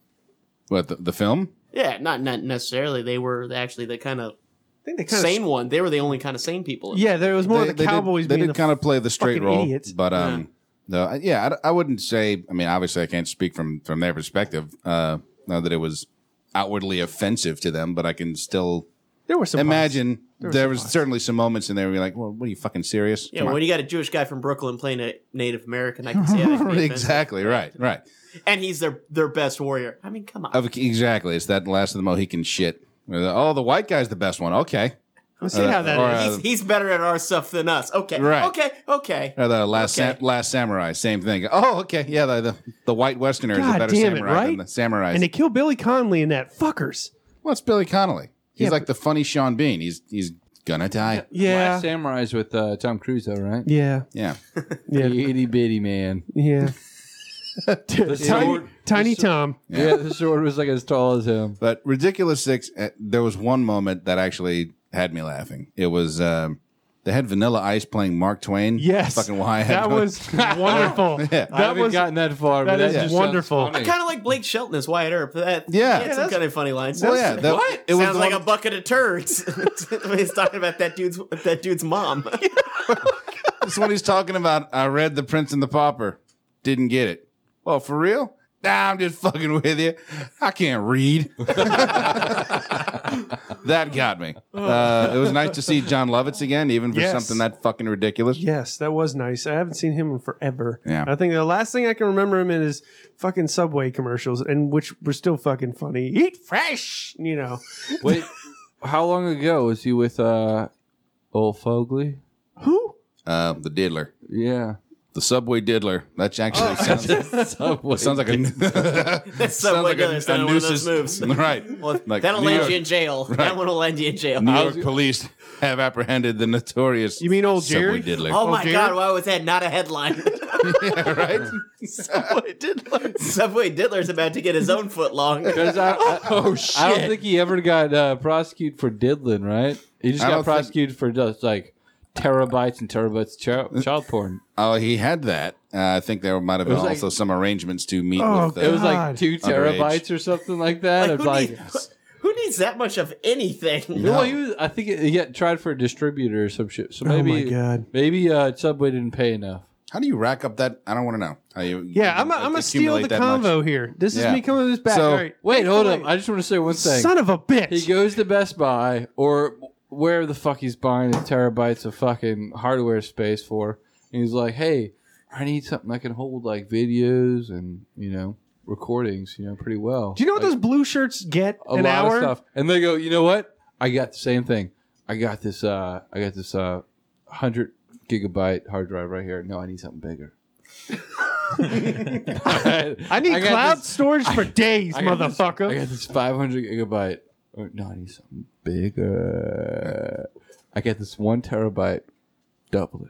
What the, the film?
Yeah, not not necessarily. They were actually the kind of
I think they kind
sane one. They were the only kind of sane people.
Yeah, there was more of the
did-
cowboys
They
being
did
the
kind of play the straight
fucking
role,
idiots.
but um, no, I- yeah, I d- I, wouldn't say. I mean, obviously, I can't speak from from their perspective. Uh, not that it was outwardly offensive to them, but I can still
There were some.
imagine there,
were
was certainly some moments in there where you're like, well, what are you fucking serious?
Yeah,
Come on.
when you got a Jewish guy from Brooklyn playing a Native American, I can see that. could be offensive.
exactly right, right.
And he's their their best warrior. I mean, come on.
Of- exactly, it's that last of the Mohican shit. Oh, the white guy's the best one. Okay,
Let's see how that
or,
is.
uh,
he's, he's better at our stuff than us. Okay.
Right.
Okay. Okay.
or Uh, the last
Okay.
Sam- last samurai, same thing. Oh, okay, yeah, the the, the white westerner is a
God
better
damn it,
samurai than
right?
the samurai.
and they killed Billy Conley in that fuckers.
Well, it's Billy Connolly. He's
Yeah,
like the funny Sean Bean. He's he's gonna die.
Last Samurai's with uh, Tom Cruise, though, right?
Yeah.
Yeah,
Yeah.
The itty bitty man.
Yeah. tiny
sword-
tiny
the
Tom.
Yeah. the sword was like as tall as him.
but ridiculous six. uh, There was one moment that actually had me laughing. It was um, they had Vanilla Ice playing Mark Twain.
Yes.
fucking why I had
That
one.
was wonderful.
I
That
haven't
was
gotten that far. but
that is
just sounds
wonderful.
funny.
Kind of like Blake Shelton as Wyatt Earp. That,
Yeah.
he had
Yeah,
some
that's-
kind of funny lines.
Well, yeah, that-
what?
it was
Sounds
the
like a
one-
bucket of turds. he's talking about that dude's that dude's mom.
That's what he's talking about. I read The Prince and the Pauper. Didn't get it. Well, for real? Nah, I'm just fucking with you. I can't read. that got me. Uh, it was nice to see John Lovitz again, even for
Yes.
something that fucking ridiculous.
Yes, that was nice. I haven't seen him in forever.
Yeah.
I think the last thing I can remember him in is fucking Subway commercials, and which were still fucking funny. Eat fresh, you know.
Wait, how long ago was he with uh, old Fogley?
Who? Oh
Uh, the Diddler.
Yeah.
The Subway Diddler. That actually sounds,
Oh,
sounds like a,
That's
sounds
Oh. Subway
like a,
Diddler's
a
not one of those
nuisance.
moves.
Right.
Well,
Like
that'll
New
land
York-
you in jail. That one will land you in jail.
New York police have apprehended the notorious
You mean old
Subway
Jerry?
Diddler.
Oh my
dear.
God! Why was that not a headline?
yeah, right?
Subway Diddler.
Subway Diddler's about to get his own foot long.
Because I, I,
Oh shit!
I don't think he ever got uh, prosecuted for diddling, right? He just
I
got
don't
prosecuted for just like terabytes and terabytes child, child porn.
Oh, he had that. Uh, I think there might have been
was like-
also some arrangements to meet
Oh,
with uh, the.
It was like
God.
two
Underage.
terabytes or something like that.
Like,
It's like,
who, needs, who needs that much of anything?
Well, he was, I think he got tried for a distributor or some shit. So
Oh
maybe,
my God.
maybe uh, Subway didn't pay enough.
How do you rack up that? I don't want to know. How you,
Yeah, I'm
you,
a,
like,
I'm gonna steal
accumulate
the
that much.
convo here. This
Yeah.
is me coming this back.
So-
All right.
Oh. Wait, hold
Wait.
up. I just want to say one thing.
Son of a bitch.
He goes to Best Buy or where the fuck he's buying his terabytes of fucking hardware space for. And he's like, hey, I need something I can hold like videos and, you know, recordings, you know, pretty well.
Do you know what
Like,
those blue shirts get
a
an
lot
hour?
of stuff. And they go, you know what? I got the same thing. I got this uh I got this uh hundred gigabyte hard drive right here. No, I need something bigger.
I need
got
cloud
this-
storage for days,
I got this- I
motherfucker.
got this 500 gigabyte. Or, no, I need something bigger. I got this one terabyte. Double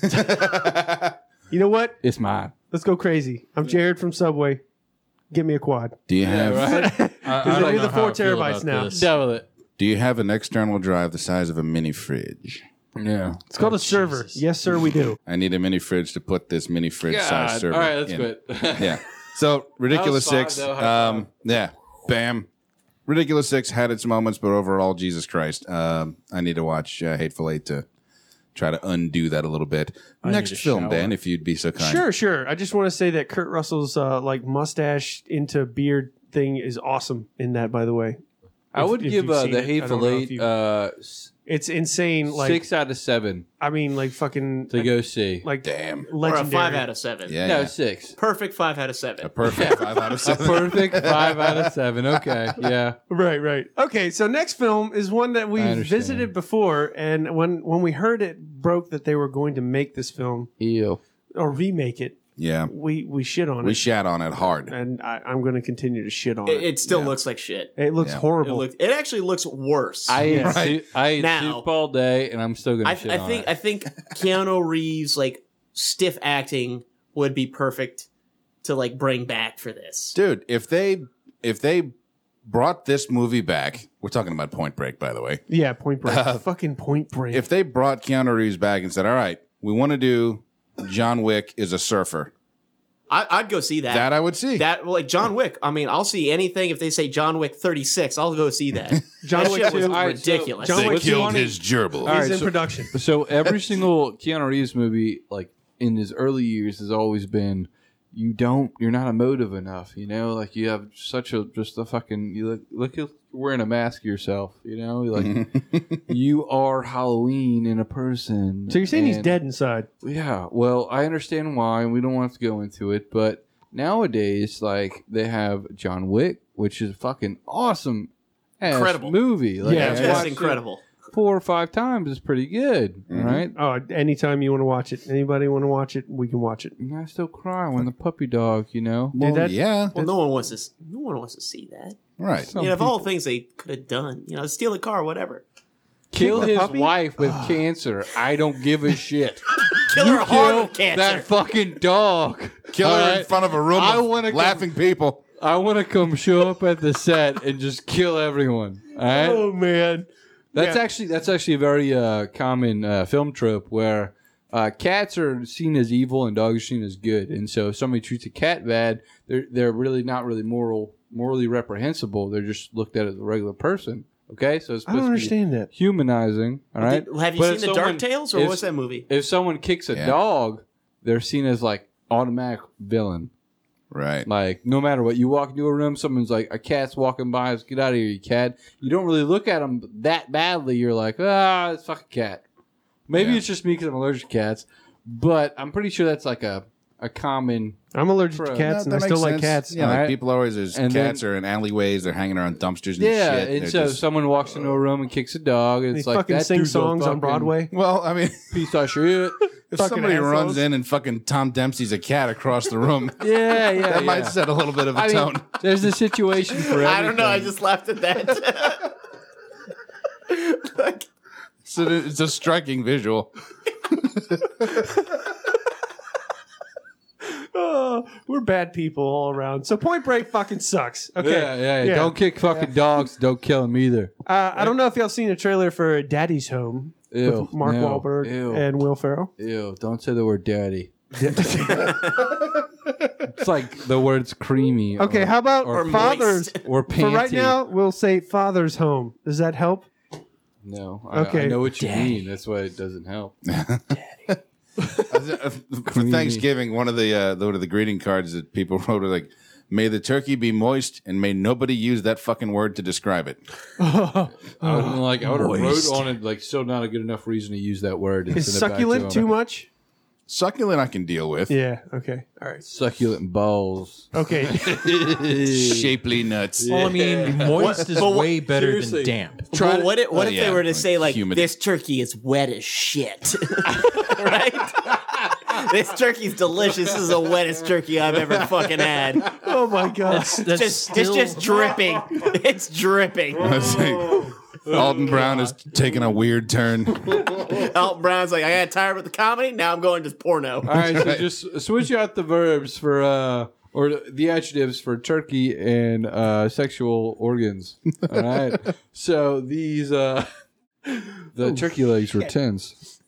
it.
you know what?
It's mine.
Let's go crazy. I'm Jared from Subway. Give me a quad.
Do you have?
Right?
I,
Because
don't
it'll be
know
the
how
four
I feel
terabytes
about
now.
this.
Double it.
Do you have an external drive the size of a mini fridge?
Yeah.
It's called a server. Yes, sir, we do.
I need a mini fridge to put this mini fridge size
God. All
server.
right, let's
in.
quit.
Yeah. So ridiculous
That was five,
six.
though. High
um, yeah. Bam. Ridiculous six had its moments, but overall, Jesus Christ. Um, I need to watch uh, Hateful Eight to try to undo that a little bit. Next
need a
film,
shower.
Dan, if you'd be so kind.
Sure, sure. I just want to say that Kurt Russell's uh, like mustache into beard thing is awesome in that. By the way,
I
If-
would
if
give
you've
uh,
seen
the
it, I don't
Hateful
know if
Eight
you-
uh, s-
it's insane. Like
six out of seven
I mean, like fucking
to go see.
like
Damn.
Or a
legendary.
five out of seven.
Yeah.
no,
yeah.
six.
Perfect five out of seven.
A perfect five out of
A
seven.
perfect five out of seven. Okay, yeah.
Right, right. Okay, so next film is one that we
I understand.
visited before, and when when we heard it broke that they were going to make this film
Ew.
or remake it,
yeah.
we we shit on
We
it,
shat on it hard.
and I, I'm going to continue to shit on
It,
it. It,
it still looks like shit.
looks
Yeah.
It,
horrible.
look, it actually looks worse.
I ate,
Right.
soup, I ate
Now-
soup all day, and I'm still gonna
I,
shit
I
on
think
it.
I think Keanu Reeves like stiff acting would be perfect to like bring back for this.
Dude, if they if they brought this movie back, we're talking about Point Break, by the way.
yeah, Point Break.
Uh,
Fucking Point Break.
if they brought Keanu Reeves back and said, "All right, we want to do John Wick is a surfer,"
I, I'd go see that.
that I would see.
that well, like John Wick. I mean, I'll see anything if they say John Wick 36. I'll go see that.
John
that
Wick
shit was
two.
All right, so
ridiculous.
John
they
Wick
killed
wanted-
his gerbil.
All
is
right,
in
so-
production.
so every single Keanu Reeves movie, like in his early years, has always been you don't you're not emotive enough. You know, like you have such a just a fucking you look look you're wearing a mask yourself. You know, like you are Halloween in a person.
So you're saying he's
And-
dead inside?
Yeah, well, I understand why, and we don't want to go into it, but nowadays, like they have John Wick, which is a fucking awesome,
Incredible.
incredible movie. Like,
Yeah,
I
it's
That's
watched it
incredible.
Four or five times is pretty good,
Mhm.
right?
Oh, anytime you want to watch it, anybody want to watch it, we can watch it.
And I still cry when the puppy dog, you know.
well,
that-
yeah,
Well, no one wants to. s- No one wants to see that.
right.
Some
you know, of
people
all things they could have done, you know, steal a car, whatever.
kill
the
his
puppy?
wife with cancer. I don't give a shit.
Kill her hard with cancer.
that fucking dog.
Killer
All
in
right?
front of a room
I
of
wanna go-
laughing people.
I want to come show up at the set and just kill everyone. All right.
Oh, man,
That's
Yeah.
actually that's actually a very uh, common uh, film trope where uh, cats are seen as evil and dogs are seen as good, and so if somebody treats a cat bad, they're they're really not really moral, morally reprehensible. They're just looked at as a regular person. Okay, so it's
I
supposed to
don't
be
understand that.
humanizing. All right,
Did- have you
But if
seen the
someone-
Dark Tales or
if-
what's that movie?
If someone kicks a
Yeah.
dog, they're seen as like automatic villain.
Right.
Like no matter what, you walk into a room, someone's like a cat's walking by. It's, Get out of here, you cat. You don't really look at them that badly. You're like, ah, it's fucking cat. Maybe
Yeah.
it's just me because I'm allergic to cats, but I'm pretty sure that's like a a common.
I'm allergic
Bro.
to cats,
That-
and I
that
still
makes
like
sense.
cats.
Yeah, like
Alright.
people always there's
And
cats are in alleyways, they're hanging around dumpsters and
yeah,
shit.
and
they're
so
just-
someone walks into a room and kicks a dog. And
They
it's like
fucking
that
sing
dude's a
songs on
fucking
Broadway.
well, I mean,
Piece of shit.
if
Fucking
somebody
assholes.
runs in and fucking Tom Dempsey's a cat across the room,
Yeah, yeah.
that
yeah.
might set a little bit of a
I
tone.
mean, there's a situation for everything.
I don't know. I just laughed at that. like,
So it- it's a striking visual.
Oh, we're bad people all around. So Point Break fucking sucks. Okay.
Yeah, yeah, yeah. Don't kick fucking dogs. Don't kill them either.
Uh, I don't know if y'all seen a trailer for Daddy's Home
Ew,
with Mark
no,
Wahlberg
ew.
and Will Ferrell.
Ew, don't say the word daddy. it's like the word's creamy.
Okay,
or,
how about
or
fathers?
or panty.
For right now, we'll say Father's Home. Does that help?
no. I, I
Okay.
know what you mean. That's why it doesn't help.
uh, for Thanksgiving, one of the uh, one of the greeting cards that people wrote was like, "May the turkey be moist, and may nobody use that fucking word to describe it."
I would like I would have wrote
Moist.
on it like still not a good enough reason to use that word. and
Is
send it back to
succulent
him.
too much?
Succulent, I can deal with.
Yeah. Okay. All right.
Succulent balls.
Okay.
Shapely nuts.
Well, I mean, moist is
but what-
way better
seriously.
than damp.
well, what if, what
Oh,
if
yeah,
they were to
like
say like
humid.
this turkey is wet as shit, right? this turkey's delicious. This is the wettest turkey I've ever fucking had.
oh my God.
That's
Just,
still-
it's just dripping. It's dripping.
Let's see.
Oh.
Alden Brown is taking a weird turn.
Elton Brown's like, I got tired with the comedy. Now I'm going to porno.
All right, so just switch out the verbs for uh or the adjectives for turkey and uh, sexual organs. All right. so these uh, the turkey legs were tense.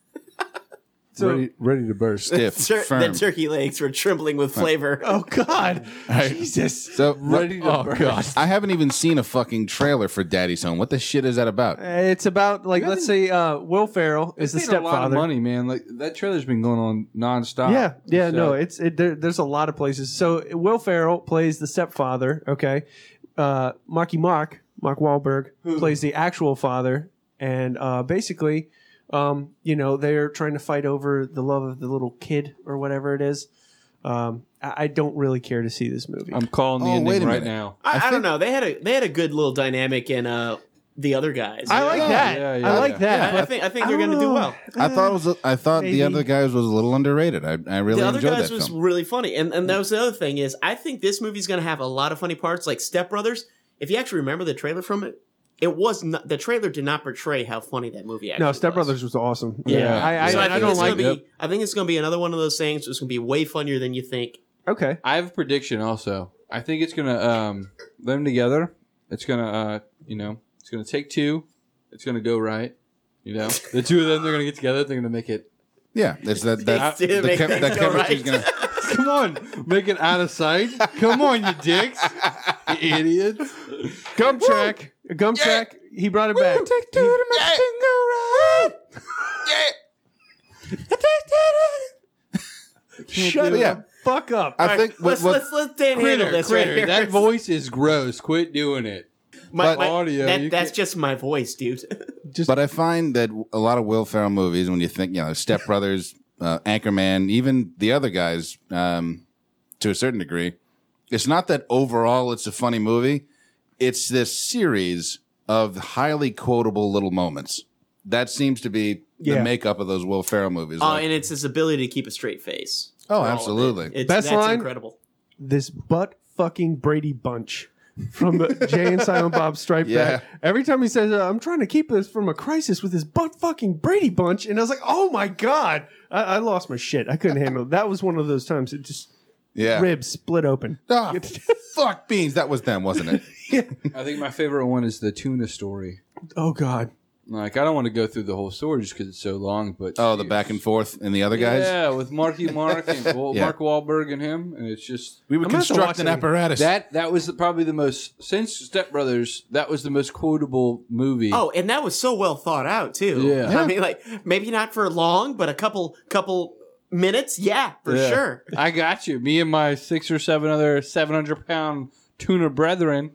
So-
ready, ready to burst.
Stiff,
Tur- the
firm.
turkey legs were trembling with flavor.
Oh God, Jesus!
so
Ready
Oh,
oh,
to burst.
I haven't even seen a fucking trailer for Daddy's Home. What the shit is that about?
It's about like let's say uh, Will Ferrell is the
They made a lot of
stepfather.
money, man. Like that trailer's been going on nonstop.
Yeah, yeah,
So-
no, it's it, there, there's a lot of places. So Will Ferrell plays the stepfather. Okay, uh, Marky Mark, Mark Wahlberg plays the actual father, and uh, basically, um, you know, they're trying to fight over the love of the little kid or whatever it is. Um, I, I don't really care to see this movie.
I'm calling the
Oh, wait
ending
a
right
minute.
now.
I, I, don't know. They had a they had a good little dynamic in uh the other guys.
I like
Yeah,
that.
yeah, yeah,
I like
yeah.
that.
I, I
but
think I think
I
they're
don't
going to do
know.
well.
I thought it was. I thought
maybe.
the other guys was a little underrated. I, I really
the other
enjoyed
guys
that
was
film.
really funny, and and that was the other thing is I think this movie's going to have a lot of funny parts, like Step Brothers. If you actually remember the trailer from it, it was not, the trailer did not portray how funny that movie. actually
No, Step
was.
Brothers was awesome.
Yeah.
I, I,
So I,
I,
think
don't
it's
like.
gonna
Yep.
be. I think it's going to be another one of those things. It's going to be way funnier than you think.
Okay,
I have a prediction also. I think it's gonna um them together. It's gonna uh you know it's gonna take two. It's gonna go right. You know the two of them they're gonna get together. They're gonna make it.
Yeah, it's that that,
They did
the
make
chem-
things
that
go
chemistry's
right.
gonna.
Come on, make it out of sight. Come on, you dicks, you idiots.
Gum track, Gum track. He brought it back.
Take two to make it go right.
Shut
Dude,
up.
Fuck up.
I think
All right, let's,
what,
let's let Dan handle
Critter,
this right
critter.
here.
That voice is gross. Quit doing it.
my,
but
my-
audio,
that-
you
that's
can't-
just my voice, dude.
But I find that a lot of Will Ferrell movies, when you think, you know, Step Brothers, uh, Anchorman, even the other guys, um, to a certain degree, it's not that overall it's a funny movie. It's this series of highly quotable little moments. That seems to be the
Yeah.
makeup of those Will Ferrell movies.
Oh,
Like,
and it's his ability to keep a straight face.
oh,
All of it.
absolutely.
It's,
Best
that's
line?
incredible.
this butt fucking Brady Bunch from Jay and Silent Bob Strike
Yeah.
Back. Every time he says, uh, "I'm trying to keep us from a crisis with this butt fucking Brady Bunch," and I was like, "Oh my god." I, I lost my shit. I couldn't handle it. That was one of those times it just
yeah.
ribs split open.
Ah, fuck beans. That was them, wasn't it?
I think my favorite one is the tuna story.
Oh god.
Like I don't want to go through the whole story just because it's so long. But
Oh, the back and forth and the other guys.
Yeah, with Marky Mark and Wa-
Yeah.
Mark Wahlberg and him, and it's just
We would
I'm gonna have to
construct
watch
an
it.
apparatus.
that. That was the, probably the most since Step Brothers. That was the most quotable movie.
Oh, and that was so well thought out too.
Yeah. Yeah.
I mean, like maybe not for long, but a couple couple minutes. Yeah, for
Yeah.
sure.
I got you. Me and my six or seven other seven hundred pound tuna brethren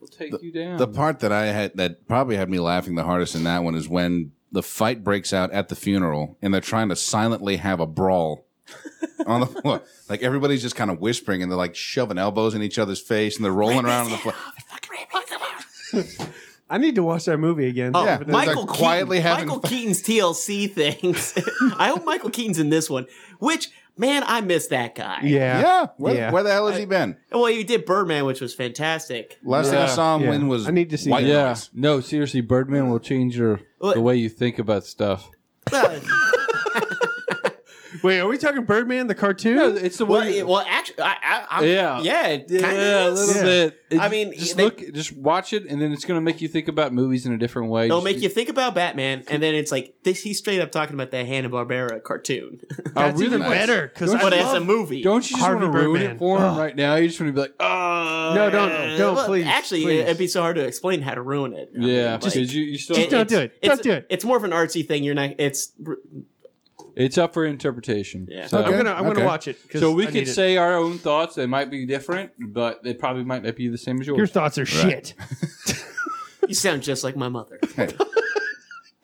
will take you down.
The part that I had that probably had me laughing the hardest in that one is when the fight breaks out at the funeral and they're trying to silently have a brawl on the floor. Like everybody's just kind of whispering and they're like shoving elbows in each other's face and they're rolling around on the floor.
I need to watch that movie again.
Oh,
Yeah,
Michael
they're quietly
Keaton,
having
Michael
fun.
Keaton's TLC things. I hope Michael Keaton's in this one. Which man, I miss that guy.
Yeah.
Yeah. Where,
Yeah.
where the hell has he been?
Well, you did Birdman, which was fantastic.
Last thing I
Yeah.
saw him
Yeah.
when was
I need to see
White
that.
yeah,
Noise.
no, seriously, Birdman will change your
What?
the way you think about stuff.
Well,
Wait, are we talking Birdman the cartoon?
It's the
well,
way.
it- well, actually, I, I, I'm,
Yeah.
yeah, yeah, it
yeah,
kinda
a
is.
little
Yeah.
bit. It-
I mean,
just
they-
look, just watch it, and then it's going to make you think about movies in a different way.
It'll
Just-
make you think about Batman, and then it's like this. He's straight up talking about that Hanna Barbera cartoon,
That's
really
even
nice.
better because
but as a movie.
Don't you just want
Harvey
to ruin
Birdman.
it for him
Ugh.
right now? You just want to be like, oh.
No, don't,
Uh,
don't,
well,
please.
Actually,
please.
it'd be so hard to explain how to ruin it. I mean,
Yeah,
like,
because you, you still,
Just don't do it.
it's-
Don't do it.
It's more of an artsy thing. You're not. It's
it's up for interpretation.
Yeah.
So,
I'm gonna, I'm
Okay.
gonna watch it. 'cause
so we
I
could
need it.
say our own thoughts. They might be different, but they probably might not be the same as yours.
your thoughts are shit.
you sound just like my mother.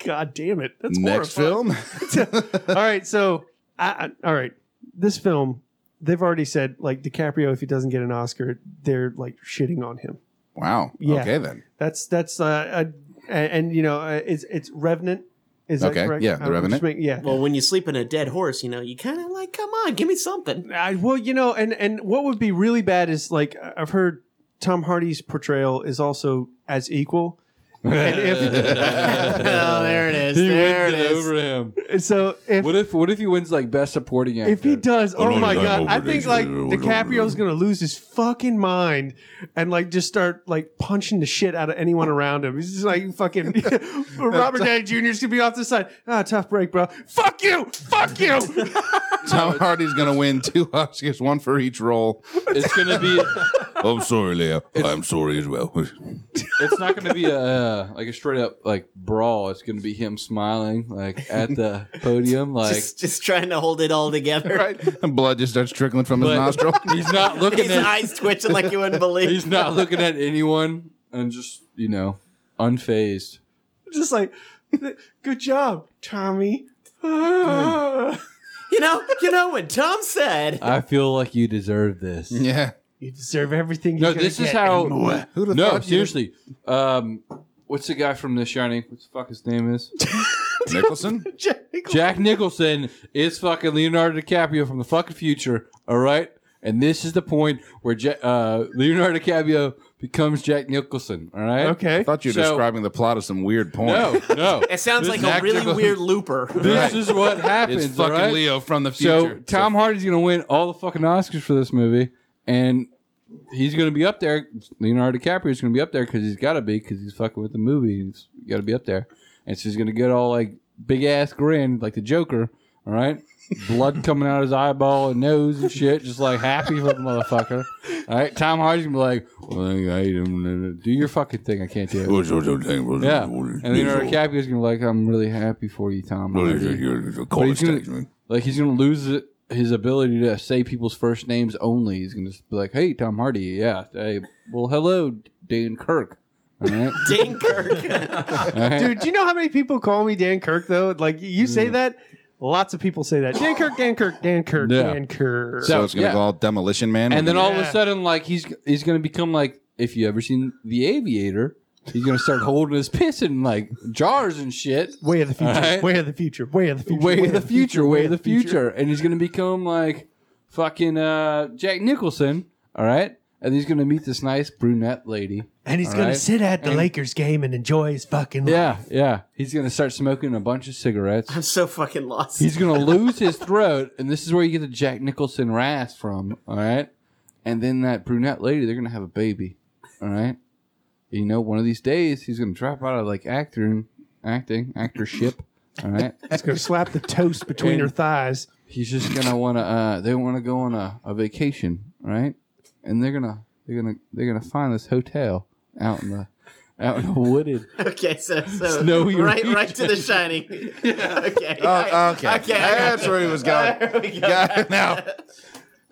God damn it! That's
Next
horrifying.
film.
all right, so I, I, all right, this film they've already said like DiCaprio if he doesn't get an Oscar, they're like shitting on him.
Wow.
Yeah.
Okay then.
That's that's uh, uh and, and you know uh, it's it's Revenant. Is that
Okay,
correct?
yeah, The
I'm
Revenant.
just making- yeah.
well, when you sleep in a dead horse, you know you kind of like, come on, give me something.
I, well, you know, and and what would be really bad is like I've heard Tom Hardy's portrayal is also as equal, And if
oh, there it is.
He
there
wins
it
it
is.
over him.
so, if
What if what if he wins like best supporting actor?
if he does, oh my god, I think like
over it.
DiCaprio's gonna lose his fucking mind and like just start like punching the shit out of anyone around him. He's just like fucking Robert Downey Jr.'s gonna be off the side. Ah, tough break, bro. Fuck you, fuck you.
Tom Hardy's going to win two Oscars, one for each role.
it's gonna be
I'm sorry, Leah. I'm sorry as well.
it's not gonna be a uh, like a straight up like brawl. It's gonna be him smiling like at the podium like
Just, just trying to hold it all together.
right? And blood just starts trickling from his
But-
nostril.
he's not looking
His
at
eyes twitching like you wouldn't believe.
he's not looking at anyone and just you know unfazed.
just like, good job, Tommy. Ah.
You know, you know when Tom said,
I feel like you deserve this.
yeah.
You deserve everything.
No,
you're gonna
this is
get
how.
and more.
Who'd have
No,
thought you'd-
seriously. Um, what's the guy from The Shining? What the fuck his name is?
Nicholson?
Jack Nicholson is fucking Leonardo DiCaprio from the fucking future. All right, and this is the point where ja- uh, Leonardo DiCaprio becomes Jack Nicholson. All right.
I
Okay.
thought you were
So-
describing the plot of some weird porn.
No, no.
"It sounds
This-
like a really
actor-
weird looper."
This is what happens.
It's fucking
all right?
Leo from the
So
future.
Tom Hardy's gonna win all the fucking Oscars for this movie, and he's gonna be up there. Leonardo DiCaprio's gonna be up there because he's got to be because he's fucking with the movie. He's got to be up there, and so he's gonna get all like big ass grin like the Joker. All right, blood coming out his eyeball and nose and shit, just like happy for the motherfucker. All right, Tom Hardy's gonna be like, well, I- I- "Do your fucking thing. I can't do it." Yeah, and Leonardo DiCaprio's gonna be like, "I'm really happy for you, Tom." Hardy." But he's gonna- like he's gonna lose it- his ability to say people's first names only. He's gonna just be like, "Hey, Tom Hardy, yeah, hey, well, hello, Dan Kirk." All right,
Dane Kirk.
Dude, do you know how many people call me Dan Kirk though? Like you say
Mm.
that, lots of people say that. Dan Kirk, Dan Kirk, Dan Kirk,
Yeah.
Dan Kirk.
So-
So it's going to
yeah.
go all Demolition Man.
and then all of
Yeah.
a sudden, like he's he's gonna become like if you ever seen The Aviator, he's gonna start holding his piss in like jars and shit.
way of the future,
Alright.
way of the future, way of the future,
Way of the future, way of the future, and he's gonna become like fucking uh, Jack Nicholson. All right, and he's gonna meet this nice brunette lady.
And he's
All
gonna
right.
sit at the
And-
Lakers game and enjoy his fucking life.
Yeah, yeah. He's gonna start smoking a bunch of cigarettes.
I'm so fucking lost.
He's gonna lose his throat, and this is where you get the Jack Nicholson rasp from. All right, and then that brunette lady, they're gonna have a baby. All right, you know, one of these days he's gonna drop out of like acting, acting, actorship. All right,
He's gonna slap the toast between
And-
her thighs.
he's just gonna wanna. Uh, they wanna go on a, a vacation, right? And they're gonna they're gonna they're gonna find this hotel out in the out in the wooded.
Okay, so, so
Snowy
right,
region.
right to the shining. Okay.
Oh, okay.
I-
That's where he was going.
There we go.
Got it now.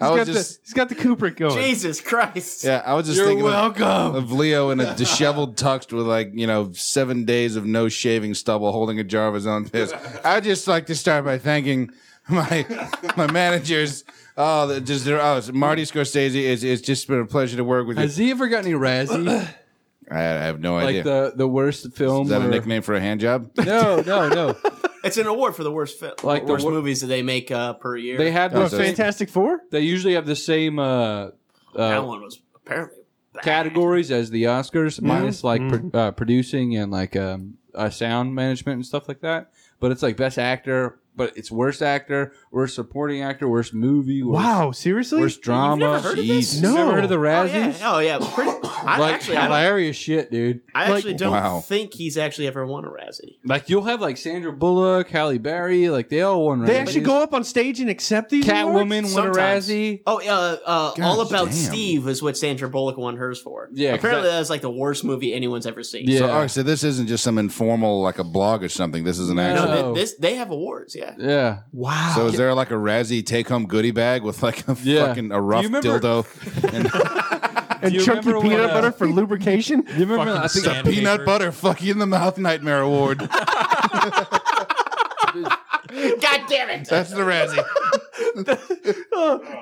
I
He's
was
got,
just.
the, he's got the Kubrick going.
Jesus Christ.
Yeah, I was just thinking of-
welcome.
of Leo in a disheveled tux with like you know seven days of no shaving stubble, holding a jar of his own piss. I'd just like to start by thanking my my managers. Oh, the- just their oh, it's Marty Scorsese. It's, it's just been a pleasure to work with you.
Has he ever gotten any Razzie?
I, I have no idea.
like the the worst film?
Is that a
where-
nickname for a hand job?
No, no, no.
It's an award for the worst film,
Like the
worst
wor-
movies that they make uh, per year.
They had
No,
the
Oh, so-
same-
Fantastic Four.
They usually have the same uh,
that
uh,
one was apparently bad.
categories as the Oscars, minus like
Mm-hmm.
pro- uh, producing and like um, uh, sound management and stuff like that. But it's like best actor, but it's worst actor, worst supporting actor, worst movie, worst,
Wow, seriously?
worst drama.
never heard of this?
You've never
No.
heard of the
Oh
Razzies?
yeah, oh yeah. Pretty, I
Like
actually, I don't,
hilarious shit, dude.
I
like-
actually don't
Wow.
think he's actually ever won a Razzie.
Like you'll have like Sandra Bullock, Halle Berry, like they all won.
They
Razzies.
actually go up on stage and accept these awards?
Catwoman won a
Sometimes.
Razzie.
Oh, uh, uh, all about
damn.
Steve is what Sandra Bullock won hers for.
Yeah, 'cause
apparently
that-
that, was like the worst movie anyone's ever seen.
Yeah.
So, all right, so this isn't just some informal like a blog or something. This is an
no,
actual.
thi-
Oh.
uh, this they have awards. Yeah,
Yeah,
Wow.
So is there like a Razzie take-home goodie bag with like a
Yeah.
fucking a
Do
rough
you remember-
dildo and
and
you
chunky
remember
peanut
when, uh,
butter for lubrication?
you remember?
Fucking
I think
sand.
peanut
Paper.
butter fuck you in the mouth nightmare award?
God damn it!
That's the Razzie.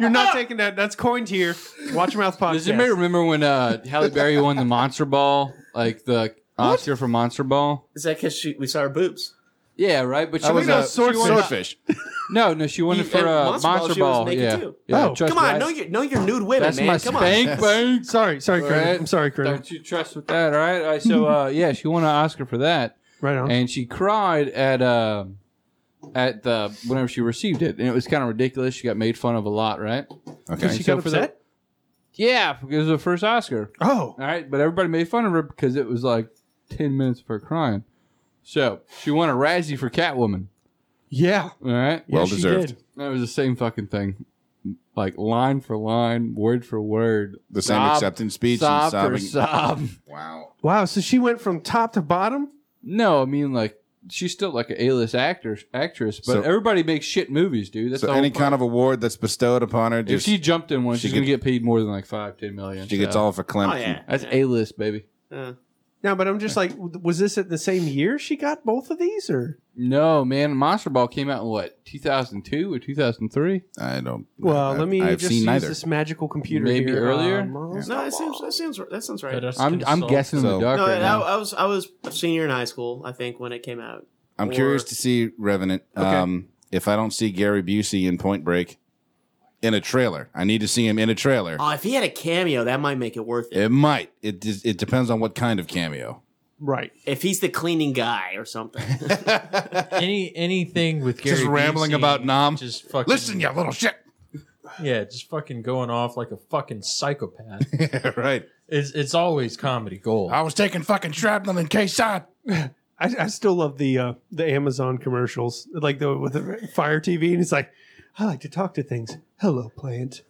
You're not taking that. That's coined here. Watch your mouth podcast.
Does anybody remember when uh, Halle Berry won the Monster Ball, like the Oscar for Monster Ball?
Is that because we saw her boobs?
Yeah, right. But she
That was
went
a
on-
swordfish.
swordfish.
no, no. She won it
You-
for
and
uh,
Monster
Monster,
Ball, she was
Ball.
naked
yeah,
too.
yeah.
Oh.
trust
Come on,
that.
know your know your nude women,
That's
man.
my
Come
spank
on.
bank.
Sorry, sorry,
All
Curtis.
right.
I'm sorry, Curtis.
Don't you trust with that, all right? All right so, uh, yeah, she won an Oscar for that,
Right on.
and she cried at um at the whenever she received it, and it was kind of ridiculous. She got made fun of a lot, right?
Okay.
And
she got
for the-
upset?
yeah, because it was her first Oscar.
oh,
All right, but everybody made fun of her because it was like ten minutes of her crying. So she won a Razzie for Catwoman.
yeah.
All right,
Yeah,
Well
she
deserved.
did.
that was the same fucking thing, like line for line, word for word,
The same
Sob-
acceptance speech
sob
and
for
sobbing.
sob.
Wow.
Wow. So she went from top to bottom.
No, I mean like she's still like an A-list actor actress, but
So-
everybody makes shit movies, dude. That's
So
the whole
any
fucking-
kind of award that's bestowed upon her,
if
just,
she jumped in one,
she
she's gonna
gets-
get paid more than like five, ten million.
she gets
so.
all for Clem.
Oh yeah.
That's A-list, baby.
No, but I'm just like, w- was this at the same year she got both of these, or
No, man, Monster Ball came out in what 2002 or 2003?
I don't.
well,
I,
let me
I've
just
seen
use
neither.
this magical computer
Maybe
here,
earlier?
uh, Miles.
No, that sounds that sounds that sounds right.
Let us
I'm I'm
consult.
guessing in
So-
the dark
No,
right
I,
now.
I was I was a senior in high school, I think, when it came out.
I'm
or-
curious to see Revenant. Um, if I don't see Gary Busey in Point Break in a trailer, I need to see him in a trailer.
Oh, if he had a cameo, that might make it worth it.
It might. It dis- it depends on what kind of cameo.
Right.
If he's the cleaning guy or something.
any anything with Gary
Just rambling
Busey,
about Nom.
Just fucking
Listen, you little shit.
yeah, just fucking going off like a fucking psychopath.
right.
it's it's always comedy gold.
I was taking fucking shrapnel in K-Side.
I, I still love the uh, the Amazon commercials, like the with the Fire TV, and it's like, I like to talk to things. Hello, plant.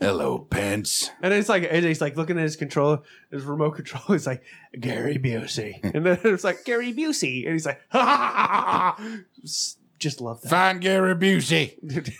Hello, pants.
And it's like and he's like looking at his controller, his remote controller. He's like Gary Busey, and then it's like Gary Busey, and he's like, ha ha ha, ha, ha. S- Just love that.
Find Gary Busey.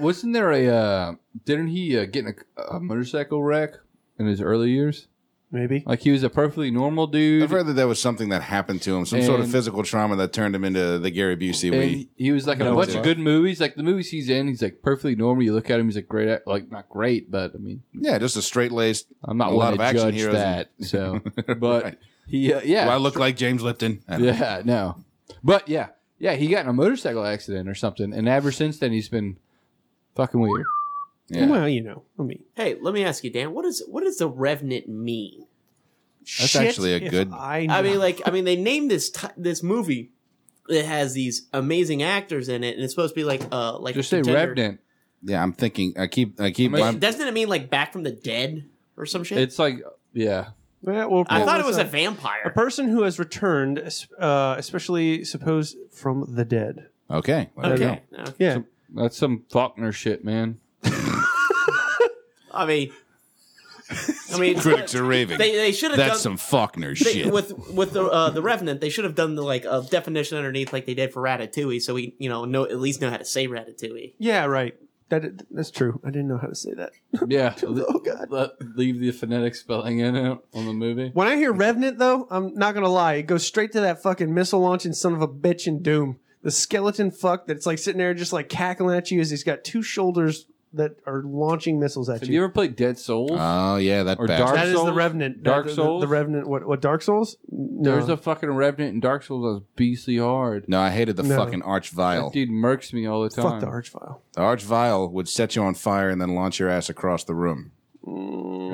Wasn't there a uh, didn't he uh, get in a, a motorcycle wreck in his early years?
Maybe.
Oh,
Like he was a perfectly normal
I've
dude.
heard that there was something that happened to him, some sort of
And-
physical trauma that turned him into the Gary Busey we
And he was like in a
No,
bunch
it's
of
not.
good movies. Like the movies he's in, he's like perfectly normal. You look at him, he's like great, act- like not great, but I mean,
Yeah, just a straight laced.
I'm not
A lot
one
of
to
action
judge
heroes
that. So, but
Right.
he, uh, yeah,
Do I look like James Lipton? I don't know.
yeah, no, but yeah, yeah, he got in a motorcycle accident or something, and ever since then he's been fucking weird.
Yeah.
Well, you know, I mean,
hey, let me ask you, Dan, what is what does the Revenant mean?
That's
shit
actually a
if
good-
I,
I mean,
knew.
like, I mean, they named this t- this movie that has these amazing actors in it, and it's supposed to be like, uh, like
Just say
a contender.
Revenant.
Yeah, I'm thinking. I keep. I keep.
Does-
I'm-
Doesn't it mean like back from the dead or some shit?
It's like, yeah,
Well, we'll
I
pull
thought it
this
was
up.
a vampire.
a person who has returned, uh, especially supposed from the dead.
okay. There we go.
okay. okay.
Yeah,
that's some Faulkner shit, man.
I mean, I mean,
Critics are raving.
they they should have done
That's some Faulkner
they-
shit.
with with the uh, the Revenant. They should have done the like uh, definition underneath, like they did for Ratatouille, so we you know know at least know how to say Ratatouille.
yeah, right. That that's true. I didn't know how to say that.
Yeah,
Oh god.
Le- leave the phonetic spelling in out on the movie.
When I hear Revenant, though, I'm not gonna lie, it goes straight to that fucking missile launching son of a bitch in Doom. The skeleton fuck that's like sitting there just like cackling at you as he's got two shoulders that are launching missiles at
Have
you.
you ever played Dead Souls?
Oh yeah, that
Or
bastard.
Dark
that is the
Souls?
Revenant.
Dark
The- the-
Souls?
The, Revenant. What? What? Dark Souls? No.
There's a fucking Revenant in Dark Souls that was beastly hard.
No, I hated the
No.
fucking arch vile.
That dude murks me all the time.
fuck the archvile.
The arch vile would set you on fire and then launch your ass across the room.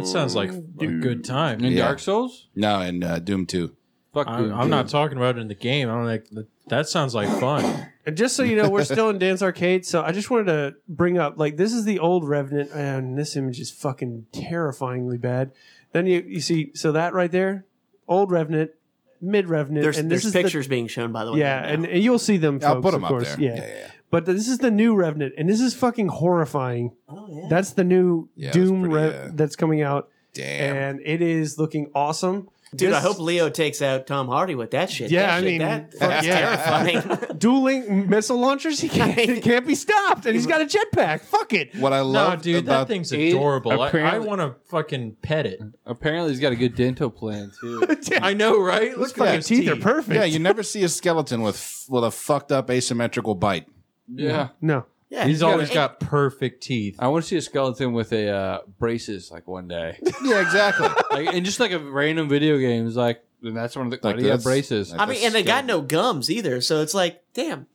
It sounds like a good time.
In
Yeah.
Dark Souls?
No, and uh, Doom Two.
Fuck
I,
Doom
I'm
two.
not talking about it in the game. I'm like that- that sounds like fun.
And just so you know, we're still in Dan's Arcade, so I just wanted to bring up like this is the old Revenant, and this image is fucking terrifyingly bad. Then you you see so that right there, old Revenant, mid Revenant,
There's
and this
there's
is the-
pictures being shown by the way.
yeah,
right now.
and, and you'll see them. Folks,
I'll put them up
of course.
there.
Yeah. but this is the new Revenant, and this is fucking horrifying.
oh, yeah.
That's the new
Yeah, it was
Doom
pretty,
Rev
uh,
that's coming out,
Damn.
and it is looking awesome.
Dude, I
This-
hope Leo takes out Tom Hardy with that shit.
Yeah,
That
I
shit-
mean,
that,
fuck
that's
yeah.
terrifying.
dueling missile launchers. He can't, he can't be stopped, and he's got a jetpack. Fuck it.
What I
no,
love,
dude, that
about
thing's
it-
adorable. I, I
apparently-
want to fucking pet it.
Apparently, he's got a good dental plan, too.
I know, right? Look
Fucking
at
his
teeth are perfect.
yeah, you never see a skeleton with with a fucked up asymmetrical bite.
yeah.
no.
yeah,
He's always
a-
got perfect teeth.
I want to see a skeleton with a uh, braces like one day.
Yeah, exactly.
like, and just like a random video game is like, Then that's one of the.
Like
why do you have
this?
braces?
Like-
I mean, and they got no gums either, so it's like, damn,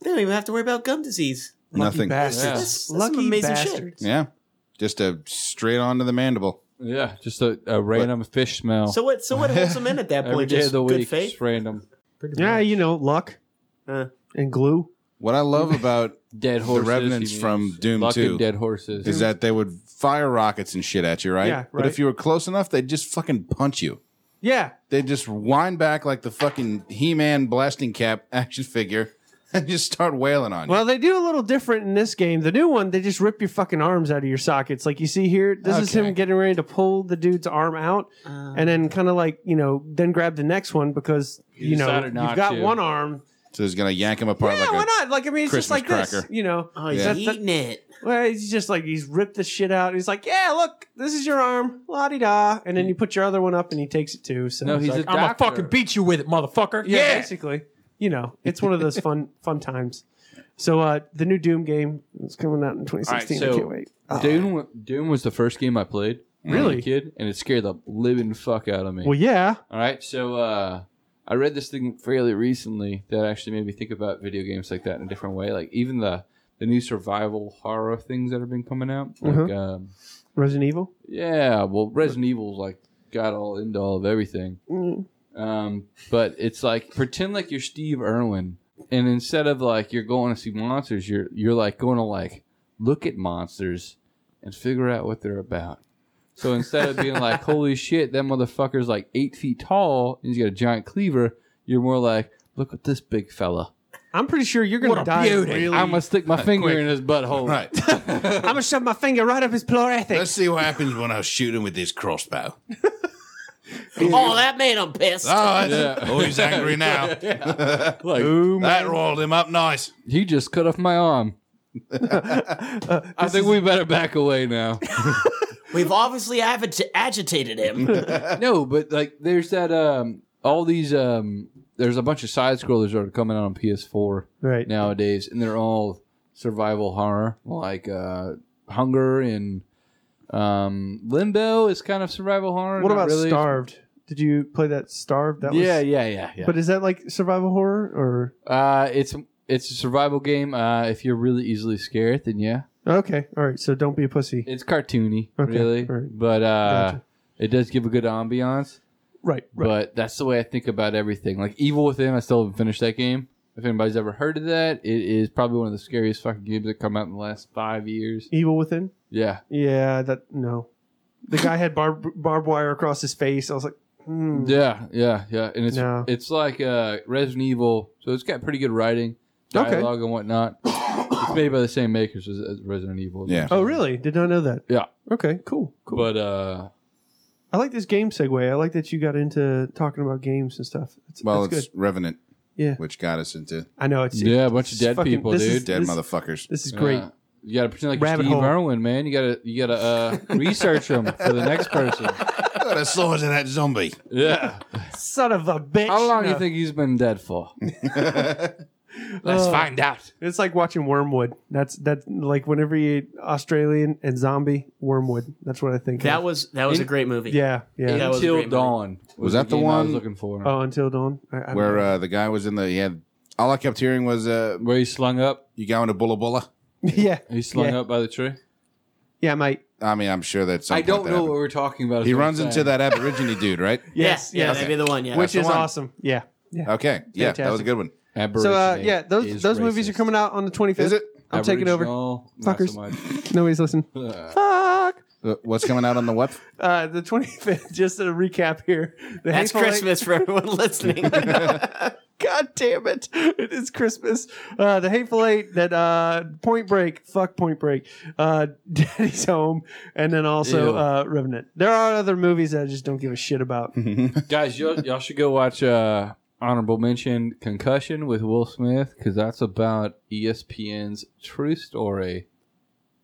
they don't even have to worry about gum disease.
Nothing.
Bastards.
Yeah.
That's- that's some
Lucky
amazing shit.
bastards.
Yeah. Just a straight on to the mandible.
yeah, just a, a random fish smell.
So what? So what holds them in at that
Every
point?
day of
Just
the
good
week,
faith.
just random
Yeah, you know, luck
Uh.
and glue.
What I love about
dead horses. he
revenants
means.
from Doom
Luck and
2.
dead horses.
is that they would fire rockets and shit at you, right?
Yeah,
But
right.
if you were close enough, they'd just fucking punch you.
Yeah,
They'd just wind back like the fucking He Man blasting cap action figure and just start wailing on you.
Well, they do a little different in this game. The new one, they just rip your fucking arms out of your sockets. Like you see here, this is
Okay.
him getting ready to pull the dude's arm out,
Um,
and then kind of like you know, then grab the next one because you know
decided
you've
not
got
to.
one arm.
so he's gonna yank him apart
yeah,
like
why
a-
not? Like I mean, it's just
Christmas
like this,
cracker.
you know.
Oh, he's
Yeah.
eating it.
Well, he's just like he's ripped the shit out. He's like, yeah, look, this is your arm, la di da, and then you put your other one up, and he takes it too. So
no,
it's
he's
like,
a
I'm gonna
doctor.
fucking beat you with it, motherfucker.
yeah, basically. You know, it's one of those fun fun times. So uh the new Doom game is coming out in 2016.
All right,
I
so-
can't wait.
Doom. wa- Doom was the first game I played. when I was a
Really?
kid, and it scared the living fuck out of me.
Well, yeah.
All right, so uh, I read this thing fairly recently that actually made me think about video games like that in a different way. Like even the the new survival horror things that have been coming out. Like,
Uh-huh.
Mhm.
um,
Resident Evil.
yeah, well, Resident Evil's like got all into all of everything.
Mm.
Um, but it's like pretend like you're Steve Irwin, and instead of like you're going to see monsters, you're you're like going to like look at monsters and figure out what they're about. So instead of being like, "Holy shit, that motherfucker's like eight feet tall and he's got a giant cleaver," you're more like, "Look at this big fella.
I'm pretty sure you're gonna
What a
die.
beauty.
Really.
I'm gonna stick my finger
quick.
in his butthole."
Right.
I'm gonna shove my finger right up his
Let's
pleurethic.
see what happens when I shoot him with this crossbow.
Oh, that made him pissed.
Oh,
Yeah.
oh he's angry now.
Like
Boom.
That rolled him up nice.
he just cut off my arm.
Uh,
I think we better back away now.
We've obviously agi- agitated him.
no, but like there's that um all these um there's a bunch of side scrollers that are coming out on PS4
Right.
nowadays and they're all survival horror like uh Hunger and um Limbo is kind of survival horror.
What
not
about
really.
Starved? Did you play that Starved? That
yeah,
was,
yeah, yeah, yeah.
But is that like survival horror
uh it's it's a survival game uh if you're really easily scared then yeah.
or? Okay, all right. So don't be a pussy.
It's cartoony,
Okay,
really.
all right.
But uh
Gotcha.
it does give a good ambiance.
Right. Right.
But that's the way I think about everything. Like Evil Within, I still haven't finished that game. If anybody's ever heard of that, it is probably one of the scariest fucking games that come out in the last five years.
Evil Within.
Yeah,
Yeah. That no. The guy had barb, barbed wire across his face. I was like, hmm.
yeah, yeah, yeah. And it's
No.
it's like uh, Resident Evil, so it's got pretty good writing,
Okay.
dialogue, and whatnot. it's made by the same makers as, as Resident Evil.
Yeah.
Oh, really? Did not know that.
Yeah.
Okay. Cool. Cool.
But uh,
I like this game segue. I like that you got into talking about games and stuff. That's,
Well,
that's
it's
good.
Revenant.
Yeah.
Which got us into
I know it's
yeah, a bunch of
it's
dead
fucking-
people,
this
dude.
is-
dead
This-
motherfuckers.
This is great.
Yeah. you gotta pretend like
Rabbit
you're Steve
hole.
Irwin, man. You gotta you gotta uh, research them for the next person.
Got a sword in that zombie.
Yeah.
Son of a bitch.
How long do
No.
you think he's been dead for? Let's find out.
It's like watching Wormwood. That's that's like whenever you Australian and zombie Wormwood. That's what I think.
That
of.
was that was a great movie.
yeah, yeah.
That was a
Until
great
Dawn.
Was that the
game I was
one-
looking for?
oh, until dawn. I, I don't
Where
know.
uh, the guy was in the he had all I kept hearing was uh
Where he slung up?
you going to Bulla Bulla?
yeah,
He slung
yeah.
up by the tree.
Yeah, mate.
I mean I'm sure that's
I don't know what we're talking about. is
He
what I'm
runs into
saying.
that Aborigine dude, right?
Yes,
yeah, yeah,
yes.
that'd be the one. Yeah,
Which
the
is
one.
awesome. Yeah, yeah.
Okay. Yeah, that was a
Fantastic.
good one.
So uh,
Aboriginate
yeah, those
is
those movies are
racist.
coming out on the twenty fifth.
Is it?
I'm taking over.
Aboriginal, not
Fuckers.
so much.
Nobody's listening.
Ugh.
Fuck.
Uh, What's coming out on the what?
Uh, the 25th, just a recap here. The
That's
Hateful Eight-
Christmas for everyone listening.
God damn it. It is Christmas. Uh, the Hateful Eight, that uh, Point Break, fuck Point Break, uh, Daddy's Home, and then also
Ew.
uh, Revenant. There are other movies that I just don't give a shit about.
Guys, y'all, y'all should go watch uh, honorable mention Concussion with Will Smith because that's about E ESPN's true story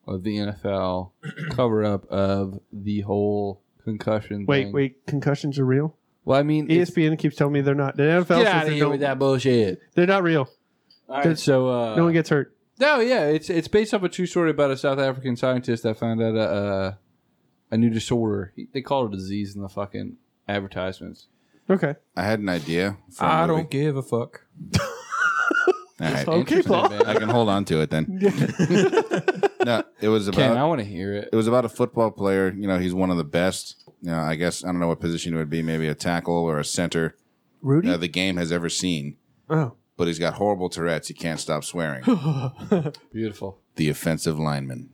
of the NFL cover up of the whole concussion.
wait,
thing.
wait, concussions are real? E
Well, I mean, it's-
ESPN keeps telling me they're not. The
Get
NFL says
out of
they
here with
don't,
that bullshit.
they're not real.
All right, so uh,
No one gets hurt.
no, yeah, it's it's based off a true story about a South African scientist that found out a a, a new disorder. He, they call it a disease in the fucking advertisements.
Okay.
I had an idea. For a
I
movie.
don't give a fuck.
All right.
Okay, Paul.
I can hold on to it then. no, it was about.
Ken, I want to hear it.
it was about a football player. You know, he's one of the best. You know, I guess I don't know what position it would be, maybe a tackle or a center
Rudy?
that the game has ever seen.
Oh.
But he's got horrible Tourette's. He can't stop swearing.
Beautiful.
the offensive lineman.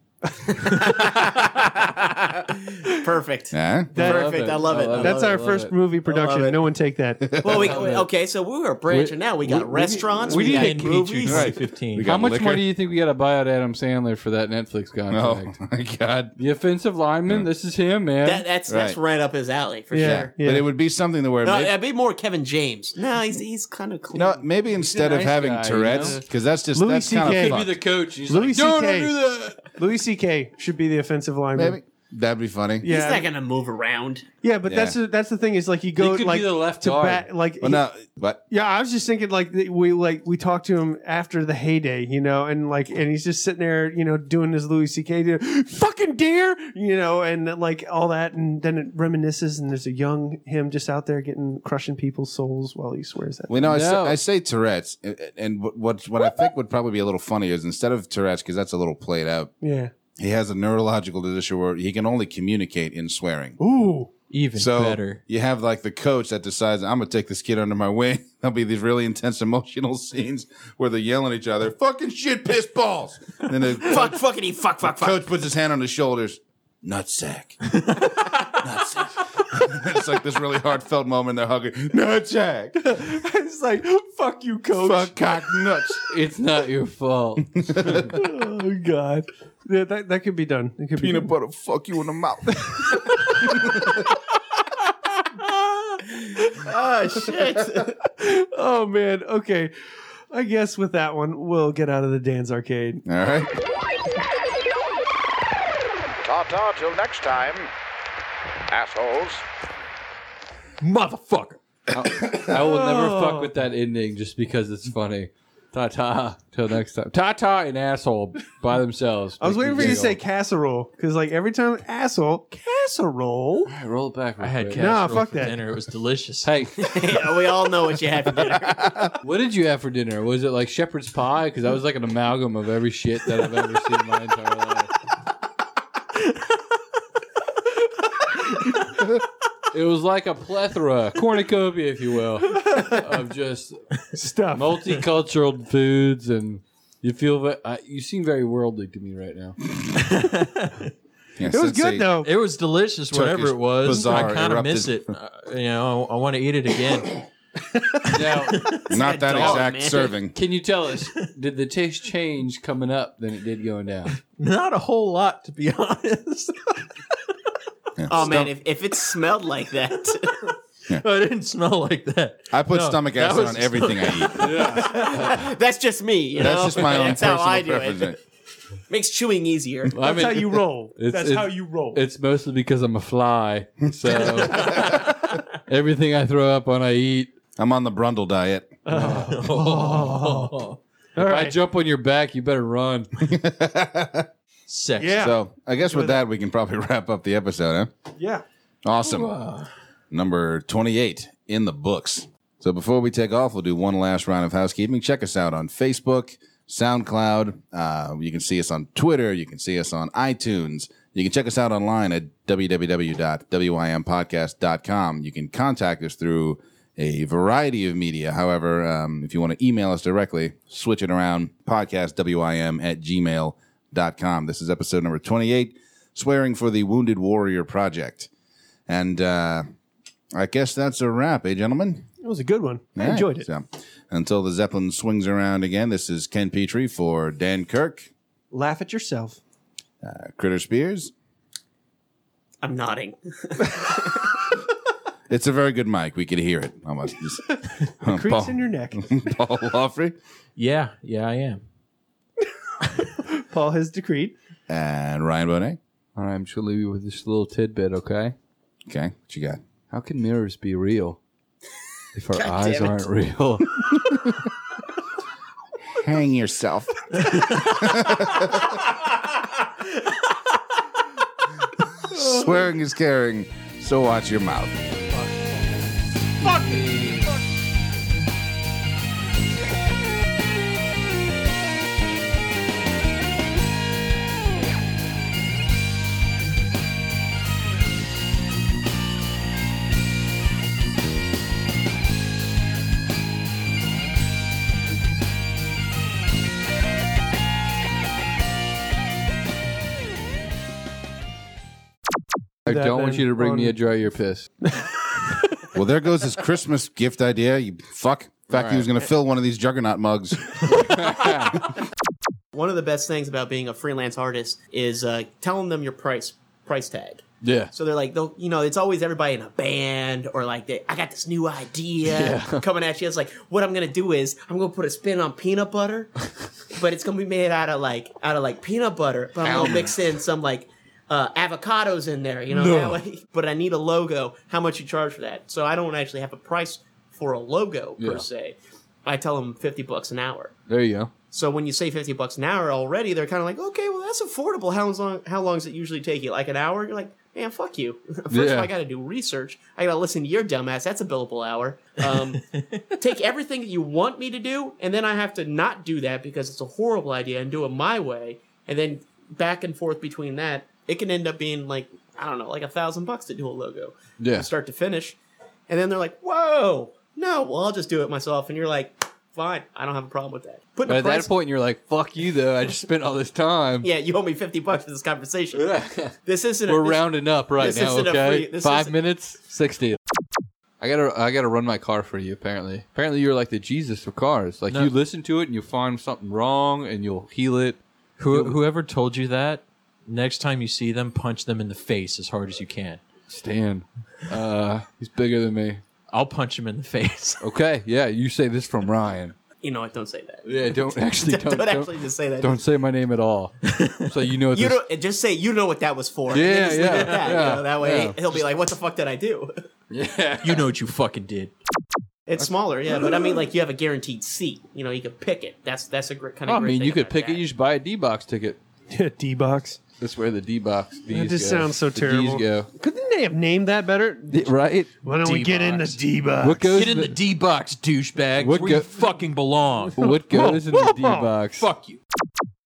Perfect.
Huh?
Perfect. I love it. I
That's
it,
our
love
first
it.
movie
I love
production.
it.
No one take that.
Well, we, okay, so we were branching now. We got restaurants. We,
we
got
need
Ten
movies.
twenty fifteen.
We got
How much
liquor?
money do you think we got to buy out Adam Sandler for that Netflix
Oh
contract?
my god!
The offensive lineman. This is him, man.
That, that's that's right up his alley for
Yeah.
sure.
But it would be something that where
No,
maybe,
eh,
that'd be more Kevin James. No, he's he's kind of clean.
no, maybe instead of
nice
having
guy, you
Tourette's,
know?
because that's just
Louis
that's kind
CK.
of
Could be the coach. He's
Louis
like, no, don't
CK.
do that.
Louis C.K. should be the offensive lineman.
maybe that'd be funny.
Yeah.
he's not gonna move around.
Yeah, but
Yeah.
that's the, that's the thing is like you go
could be
like
the left
to
guard.
bat like
Well, no, but
yeah. I was just thinking like that we like we talked to him after the heyday, you know, and like and he's just sitting there, you know, doing his Louis C.K. do- fucking dare, you know, and like all that, and then it reminisces, and there's a young him just out there getting crushing people's souls while he swears at.
We know I, say,
No.
I say Tourette's, and- and what what- what I think would probably be a little funny is instead of Tourette's, because that's a little played out.
Yeah.
He has a neurological disorder where he can only communicate in swearing.
Ooh.
Even
so
better.
you have like the coach that decides I'm gonna take this kid under my wing. There'll be these really intense emotional scenes where they're yelling at each other, "Fucking shit, piss balls!" And then the
Fuck, fucking, he fuck, fuck, fuck.
coach puts his hand on his shoulders, nutsack, nutsack. it's like this really heartfelt moment. They're hugging, nutsack,
it's like fuck you, coach.
fuck cock nuts.
It's not your fault.
Oh god. Yeah, that, that could be done. It could be
Peanut
done.
butter, fuck you in the mouth. Ah,
Oh shit!
Oh man. Okay. I guess with that one, we'll get out of the Dan's arcade.
All right.
Ta ta till next time, assholes.
Motherfucker.
I will never
Oh.
fuck with that ending just because it's funny. Ta ta. Till next time. Ta ta and asshole by themselves.
I was
Make
waiting for you to
giggle.
say casserole because, like, every time asshole casserole.
All right, roll it back.
I had
quick.
casserole
fuck
for
that.
dinner. It was delicious.
Hey,
yeah, we all know what you have to do.
what did you have for dinner? Was it like shepherd's pie? Because I was like an amalgam of every shit that I've ever seen in my entire life. It was like a plethora, cornucopia, if you will, of just
Stuff.
multicultural foods, and you feel ve- I you seem very worldly to me right now.
It was good though.
It was delicious, whatever
Turkish
it was.
bazaar
I kind of miss it.
erupted.
Uh, you know, I, want to eat it again.
Now,
Not that
dog,
exact
Oh, man.
serving.
can you tell us did the taste change coming up than it did going down?
Not a whole lot, to be honest.
Oh man, if, if it smelled like that,
I didn't smell like that.
I put
No,
stomach
that
acid
was
on
just-
everything I eat.
that's just me. You
That's
know?
just my own
That's
personal
how I do
preference.
it. Makes chewing easier.
I
That's
mean-
how you roll.
It's-
That's
it's-
how you roll.
It's mostly because I'm a fly, so everything I throw up on I eat.
I'm on the Brundle diet.
All
If I
right.
jump on your back, you better run.
Sex.
Yeah.
So I guess with that, we can probably wrap up the episode, huh?
yeah.
Awesome. Number 28 in the books. So before we take off, we'll do one last round of housekeeping. Check us out on Facebook, SoundCloud. Uh, you can see us on Twitter. You can see us on iTunes. You can check us out online at www.wympodcast.com. You can contact us through a variety of media. However, um, if you want to email us directly, switch it around podcastwim at gmail.com. This is episode number 28 Swearing for the Wounded Warrior Project. And uh, I guess that's a wrap, eh, gentlemen?
It was a good one. I
All right.
enjoyed it.
So, until the Zeppelin swings around again, this is Ken Petrie for Dan Kirk,
Laugh at yourself.
uh, Critter Spears.
I'm nodding.
It's a very good mic. We could hear it almost. Just,
Crease
Paul,
in your neck.
Paul Lawfrey
Yeah. Yeah, I am.
Paul has decreed.
and Ryan Bonet.
All right, I'm just gonna leave you with this little tidbit, okay?
Okay, what you got?
How can mirrors be real if our
God
eyes
damn it.
aren't real?
Hang yourself. Swearing is caring, so watch your mouth.
Fuck
I
do that.
don't want
then
you to bring
on-
me a dry your piss.
Well, there goes this Christmas gift idea. You fuck. In fact, he was going to fill one of these juggernaut mugs.
One of the best things about being a freelance artist is uh, telling them your price price tag.
Yeah.
So they're like, they'll, you know, it's always everybody in a band or like, they, I got this new idea coming at you. It's like, what I'm gonna do is I'm gonna put a spin on peanut butter, but it's gonna be made out of like out of like peanut butter, but I'm gonna mix in some like uh, avocados in there, you know. That way. But I need a logo. How much you charge for that? So I don't actually have a price for a logo per
Yeah.
se. I tell them fifty bucks an hour.
There you go.
So when you say fifty bucks an hour already, they're kind of like, okay, well that's affordable. How long? How long does it usually take you? Like an hour? You're like, man, fuck you. First of
Yeah.
all, I got to do research. I got to listen to your dumbass. That's a billable hour. Um, take everything that you want me to do, and then I have to not do that because it's a horrible idea and do it my way, and then back and forth between that, it can end up being like I don't know, like a thousand bucks to do a logo
Yeah.
from start to finish. And then they're like, whoa, no, well, I'll just do it myself. And you're like, fine, I don't have a problem with that. Put
But
a
at
price.
that point, you're like, "Fuck you, though. I just spent all this time.
yeah, you owe me 50 bucks for this conversation. This isn't a,
We're
this-
rounding up right
this
now.
isn't a
Okay,
free- this
five
isn't-
minutes, sixty. I gotta, I gotta run my car for you. Apparently, apparently, you're like the Jesus of cars. Like
No.
you listen to it and you find something wrong and you'll heal it.
Who, whoever told you that, next time you see them, punch them in the face as hard as you can.
Stan, uh, he's bigger than me.
I'll punch him in the face.
Okay, yeah, you say this from Ryan.
You know, what, don't say that.
Yeah, don't actually,
Don't,
don't, don't,
actually just say that.
don't say my name at all. so you know what
you
this
don't just say you know what that was for.
Yeah,
And just leave it
yeah,
at that, you
yeah,
know, that way
yeah.
he'll be like, "What the fuck did I do?"
You know what you fucking did.
It's smaller, yeah, but I mean, like you have a guaranteed seat. You know, you can pick it. That's that's a great kind of.
I
great
mean,
thing
you could
about
pick
that.
it. You should buy a D box ticket.
D box.
That's where the D box.
That just sounds so
the
terrible.
D's go.
Couldn't they have named that better?
Right?
Why don't we get in the D box?
What goes?
Get in the D box, douchebag.
What
Where you
go-
fucking belong.
what goes in the D
Whoa.
box?
Fuck you.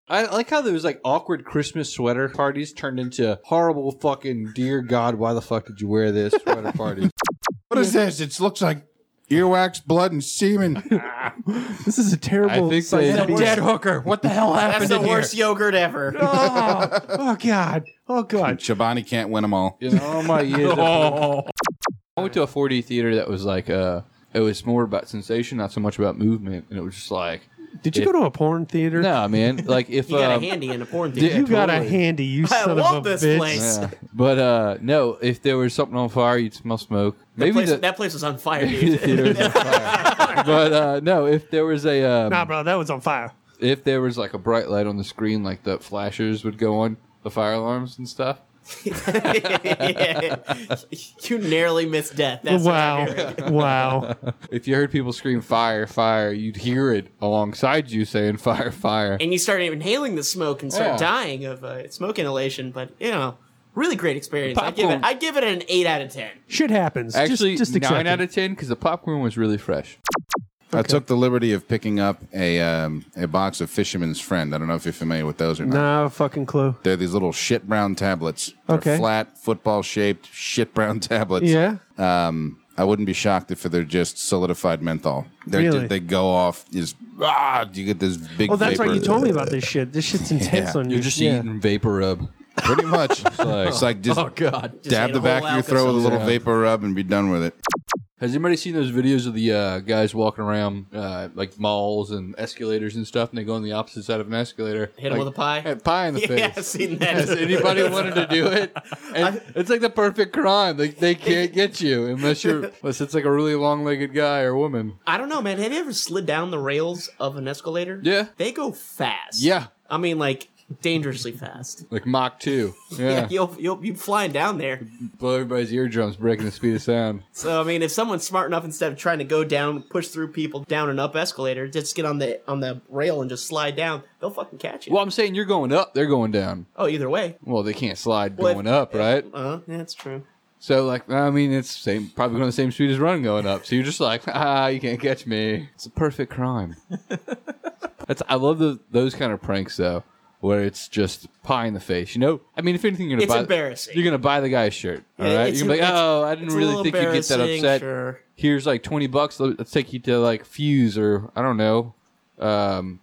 I like how those like awkward Christmas sweater parties turned into horrible fucking dear God, why the fuck did you wear this sweater parties?
what is this? It looks like earwax, blood, and semen.
This is a terrible.
I think
sight
they-
to be at.
Dead hooker. What the hell happened
That's the
in here?
worst yogurt ever.
oh, oh god. Oh god.
Chobani can't win them all.
In all my years, I
Oh.
went to a 4D theater that was like uh, it was more about sensation, not so much about movement, and it was just like,
Did you go to a porn theater?
nah, man, like if
You got
um,
a handy in a porn
did-
theater.
You got a
Totally.
handy, you
I
son
love
of a
this
bitch.
place.
yeah. but uh, no, if there was something on fire, you'd smell smoke.
That
Maybe
place-
the-
that place was on fire,
maybe the
dude.
theater was on fire. but uh, no, if there was a um,
Nah, bro, that was on fire.
if there was like a bright light on the screen, like the flashers would go on the fire alarms and stuff.
you nearly missed death. That's what I
wow,
heard.
wow.
If you heard people scream fire, fire, you'd hear it alongside you saying fire, fire.
and you start inhaling the smoke and start
Yeah.
dying of uh, smoke inhalation. But you know, really great experience. I give it.
Popcorn.
I give it an eight out of ten.
Shit happens. Just-
Actually,
just,
nine
accept
out
it.
of ten because the popcorn was really fresh.
I took the liberty of picking up a um, a box of Fisherman's Friend. I don't know if you're familiar with those or not.
Nah, fucking clue.
They're these little shit brown tablets. They're
Okay.
flat, football shaped, shit brown tablets.
Yeah.
Um, I wouldn't be shocked if they're just solidified menthol. They're
Really?
ju- they go off. Is ah, you get this big.
Oh, that's
vapor.
right. You told me about this shit. This shit's intense on you.
You're just
Yeah.
eating vapor rub.
Pretty much. it's, like, just
Oh, God.
dab
ate
the
a
back
whole
of your throat with a little
Alka-Seltzer.
vapor rub and be done with it.
Has anybody seen those videos of the uh, guys walking around uh, like malls and escalators and stuff, and they go on the opposite side of an escalator?
Hit
like,
'em with a pie?
hey, Pie in the
Yeah, I've
face.
seen that.
Has anybody wanted to do it? And it's like the perfect crime. Like they can't get you unless you're unless it's like a really long-legged guy or woman.
I don't know, man. Have you ever slid down the rails of an escalator?
Yeah.
they go fast.
Yeah.
I mean like dangerously fast.
Like Mach two.
Yeah,
Yeah,
you'll you'll be flying down there.
blow everybody's eardrums, breaking the speed of sound.
So I mean, if someone's smart enough, instead of trying to go down, push through people down and up escalator, just get on the on the rail and just slide down. They'll fucking catch you.
Well, I'm saying you're going up, they're going down.
oh, either way.
Well, they can't slide
Well, if-
going up, right?
Uh, that's true.
So, like, I mean, it's same, probably going the same speed as running going up. So you're just like, ah, you can't catch me. It's a perfect crime. That's I love the, those kind of pranks though, where it's just pie in the face. You know, I mean, if anything, you're gonna
It's
buy
embarrassing.
You're gonna buy the guy a shirt. All right,
it's-
you're gonna be like,
it's-
oh, I didn't
it's a
really
little
think you'd get that
embarrassing,
upset.
sure.
Here's like twenty bucks. Let's take you to like Fuse or I don't know, um,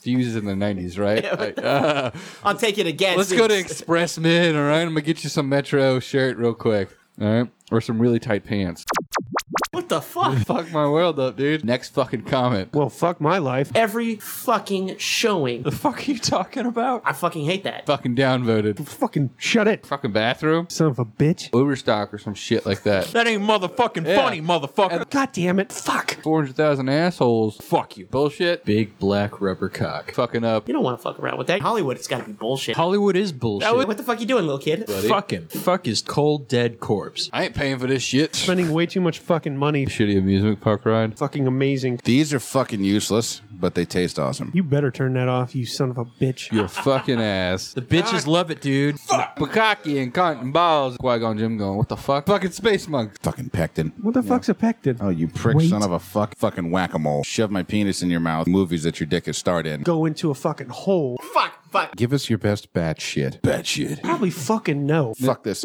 fuses in the 90s, right? Like, uh,
I'll take it again.
let's go to
It's-
Expressman, all right? I'm going to get you some Metro shirt real quick, all right? Or some really tight pants.
what the fuck?
Fuck my world up, dude. Next fucking comment.
Well, fuck my life.
Every fucking showing.
The fuck are you talking about?
I fucking hate that.
Fucking downvoted.
Fucking shut it,
Fucking bathroom.
son of a bitch.
Overstock or some shit like that.
That ain't motherfucking
Yeah.
funny, motherfucker.
God damn it. Fuck.
400,000 assholes.
fuck you.
Bullshit.
Big black rubber cock.
Fucking up.
You don't want to fuck around with that. Hollywood, it's got to be bullshit.
Hollywood is bullshit.
That was- what the fuck you doing, little kid?
fuck him. Fuck his cold dead corpse.
I ain't paying for this shit.
Spending way too much fucking money.
Shitty amusement park ride.
Fucking amazing.
These are fucking useless, but they taste awesome.
You better turn that off, you son of a bitch.
Your fucking ass.
The bitches love it, dude.
Bukaki and cotton balls. Qui Gon Jim going, what the fuck? Fucking space monk.
Fucking pectin.
What the fuck's a pectin?
Oh, you prick,
Wait.
son of a fuck. Fucking whack a mole. Shove my penis in your mouth. Movies that your dick is starred in.
Go into a fucking hole.
Fuck, fuck.
Give us your best bat shit. Bat shit.
Probably fucking no.
fuck this.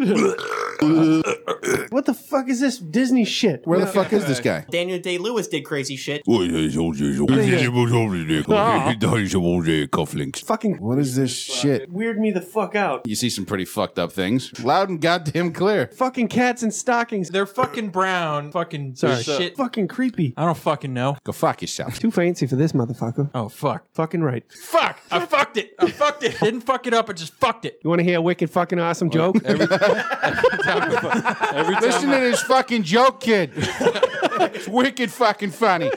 What the fuck is this Disney shit?
Where the fuck is this guy?
Daniel Day Lewis did crazy shit.
Oh,
Ah.
What
fucking
is this shit?
weird me the fuck out.
You see some pretty fucked up things. Loud and goddamn clear.
Fucking cats in stockings.
They're fucking brown. Fucking
Sorry.
shit.
Fucking creepy.
I don't fucking know.
Go fuck yourself.
Too fancy for this motherfucker.
Oh fuck.
Fucking right.
Fuck. I fucked it. I fucked it. Didn't fuck it up. I just fucked it.
You want to hear a wicked fucking awesome joke?
Listen to this fucking joke, kid. it's wicked fucking funny.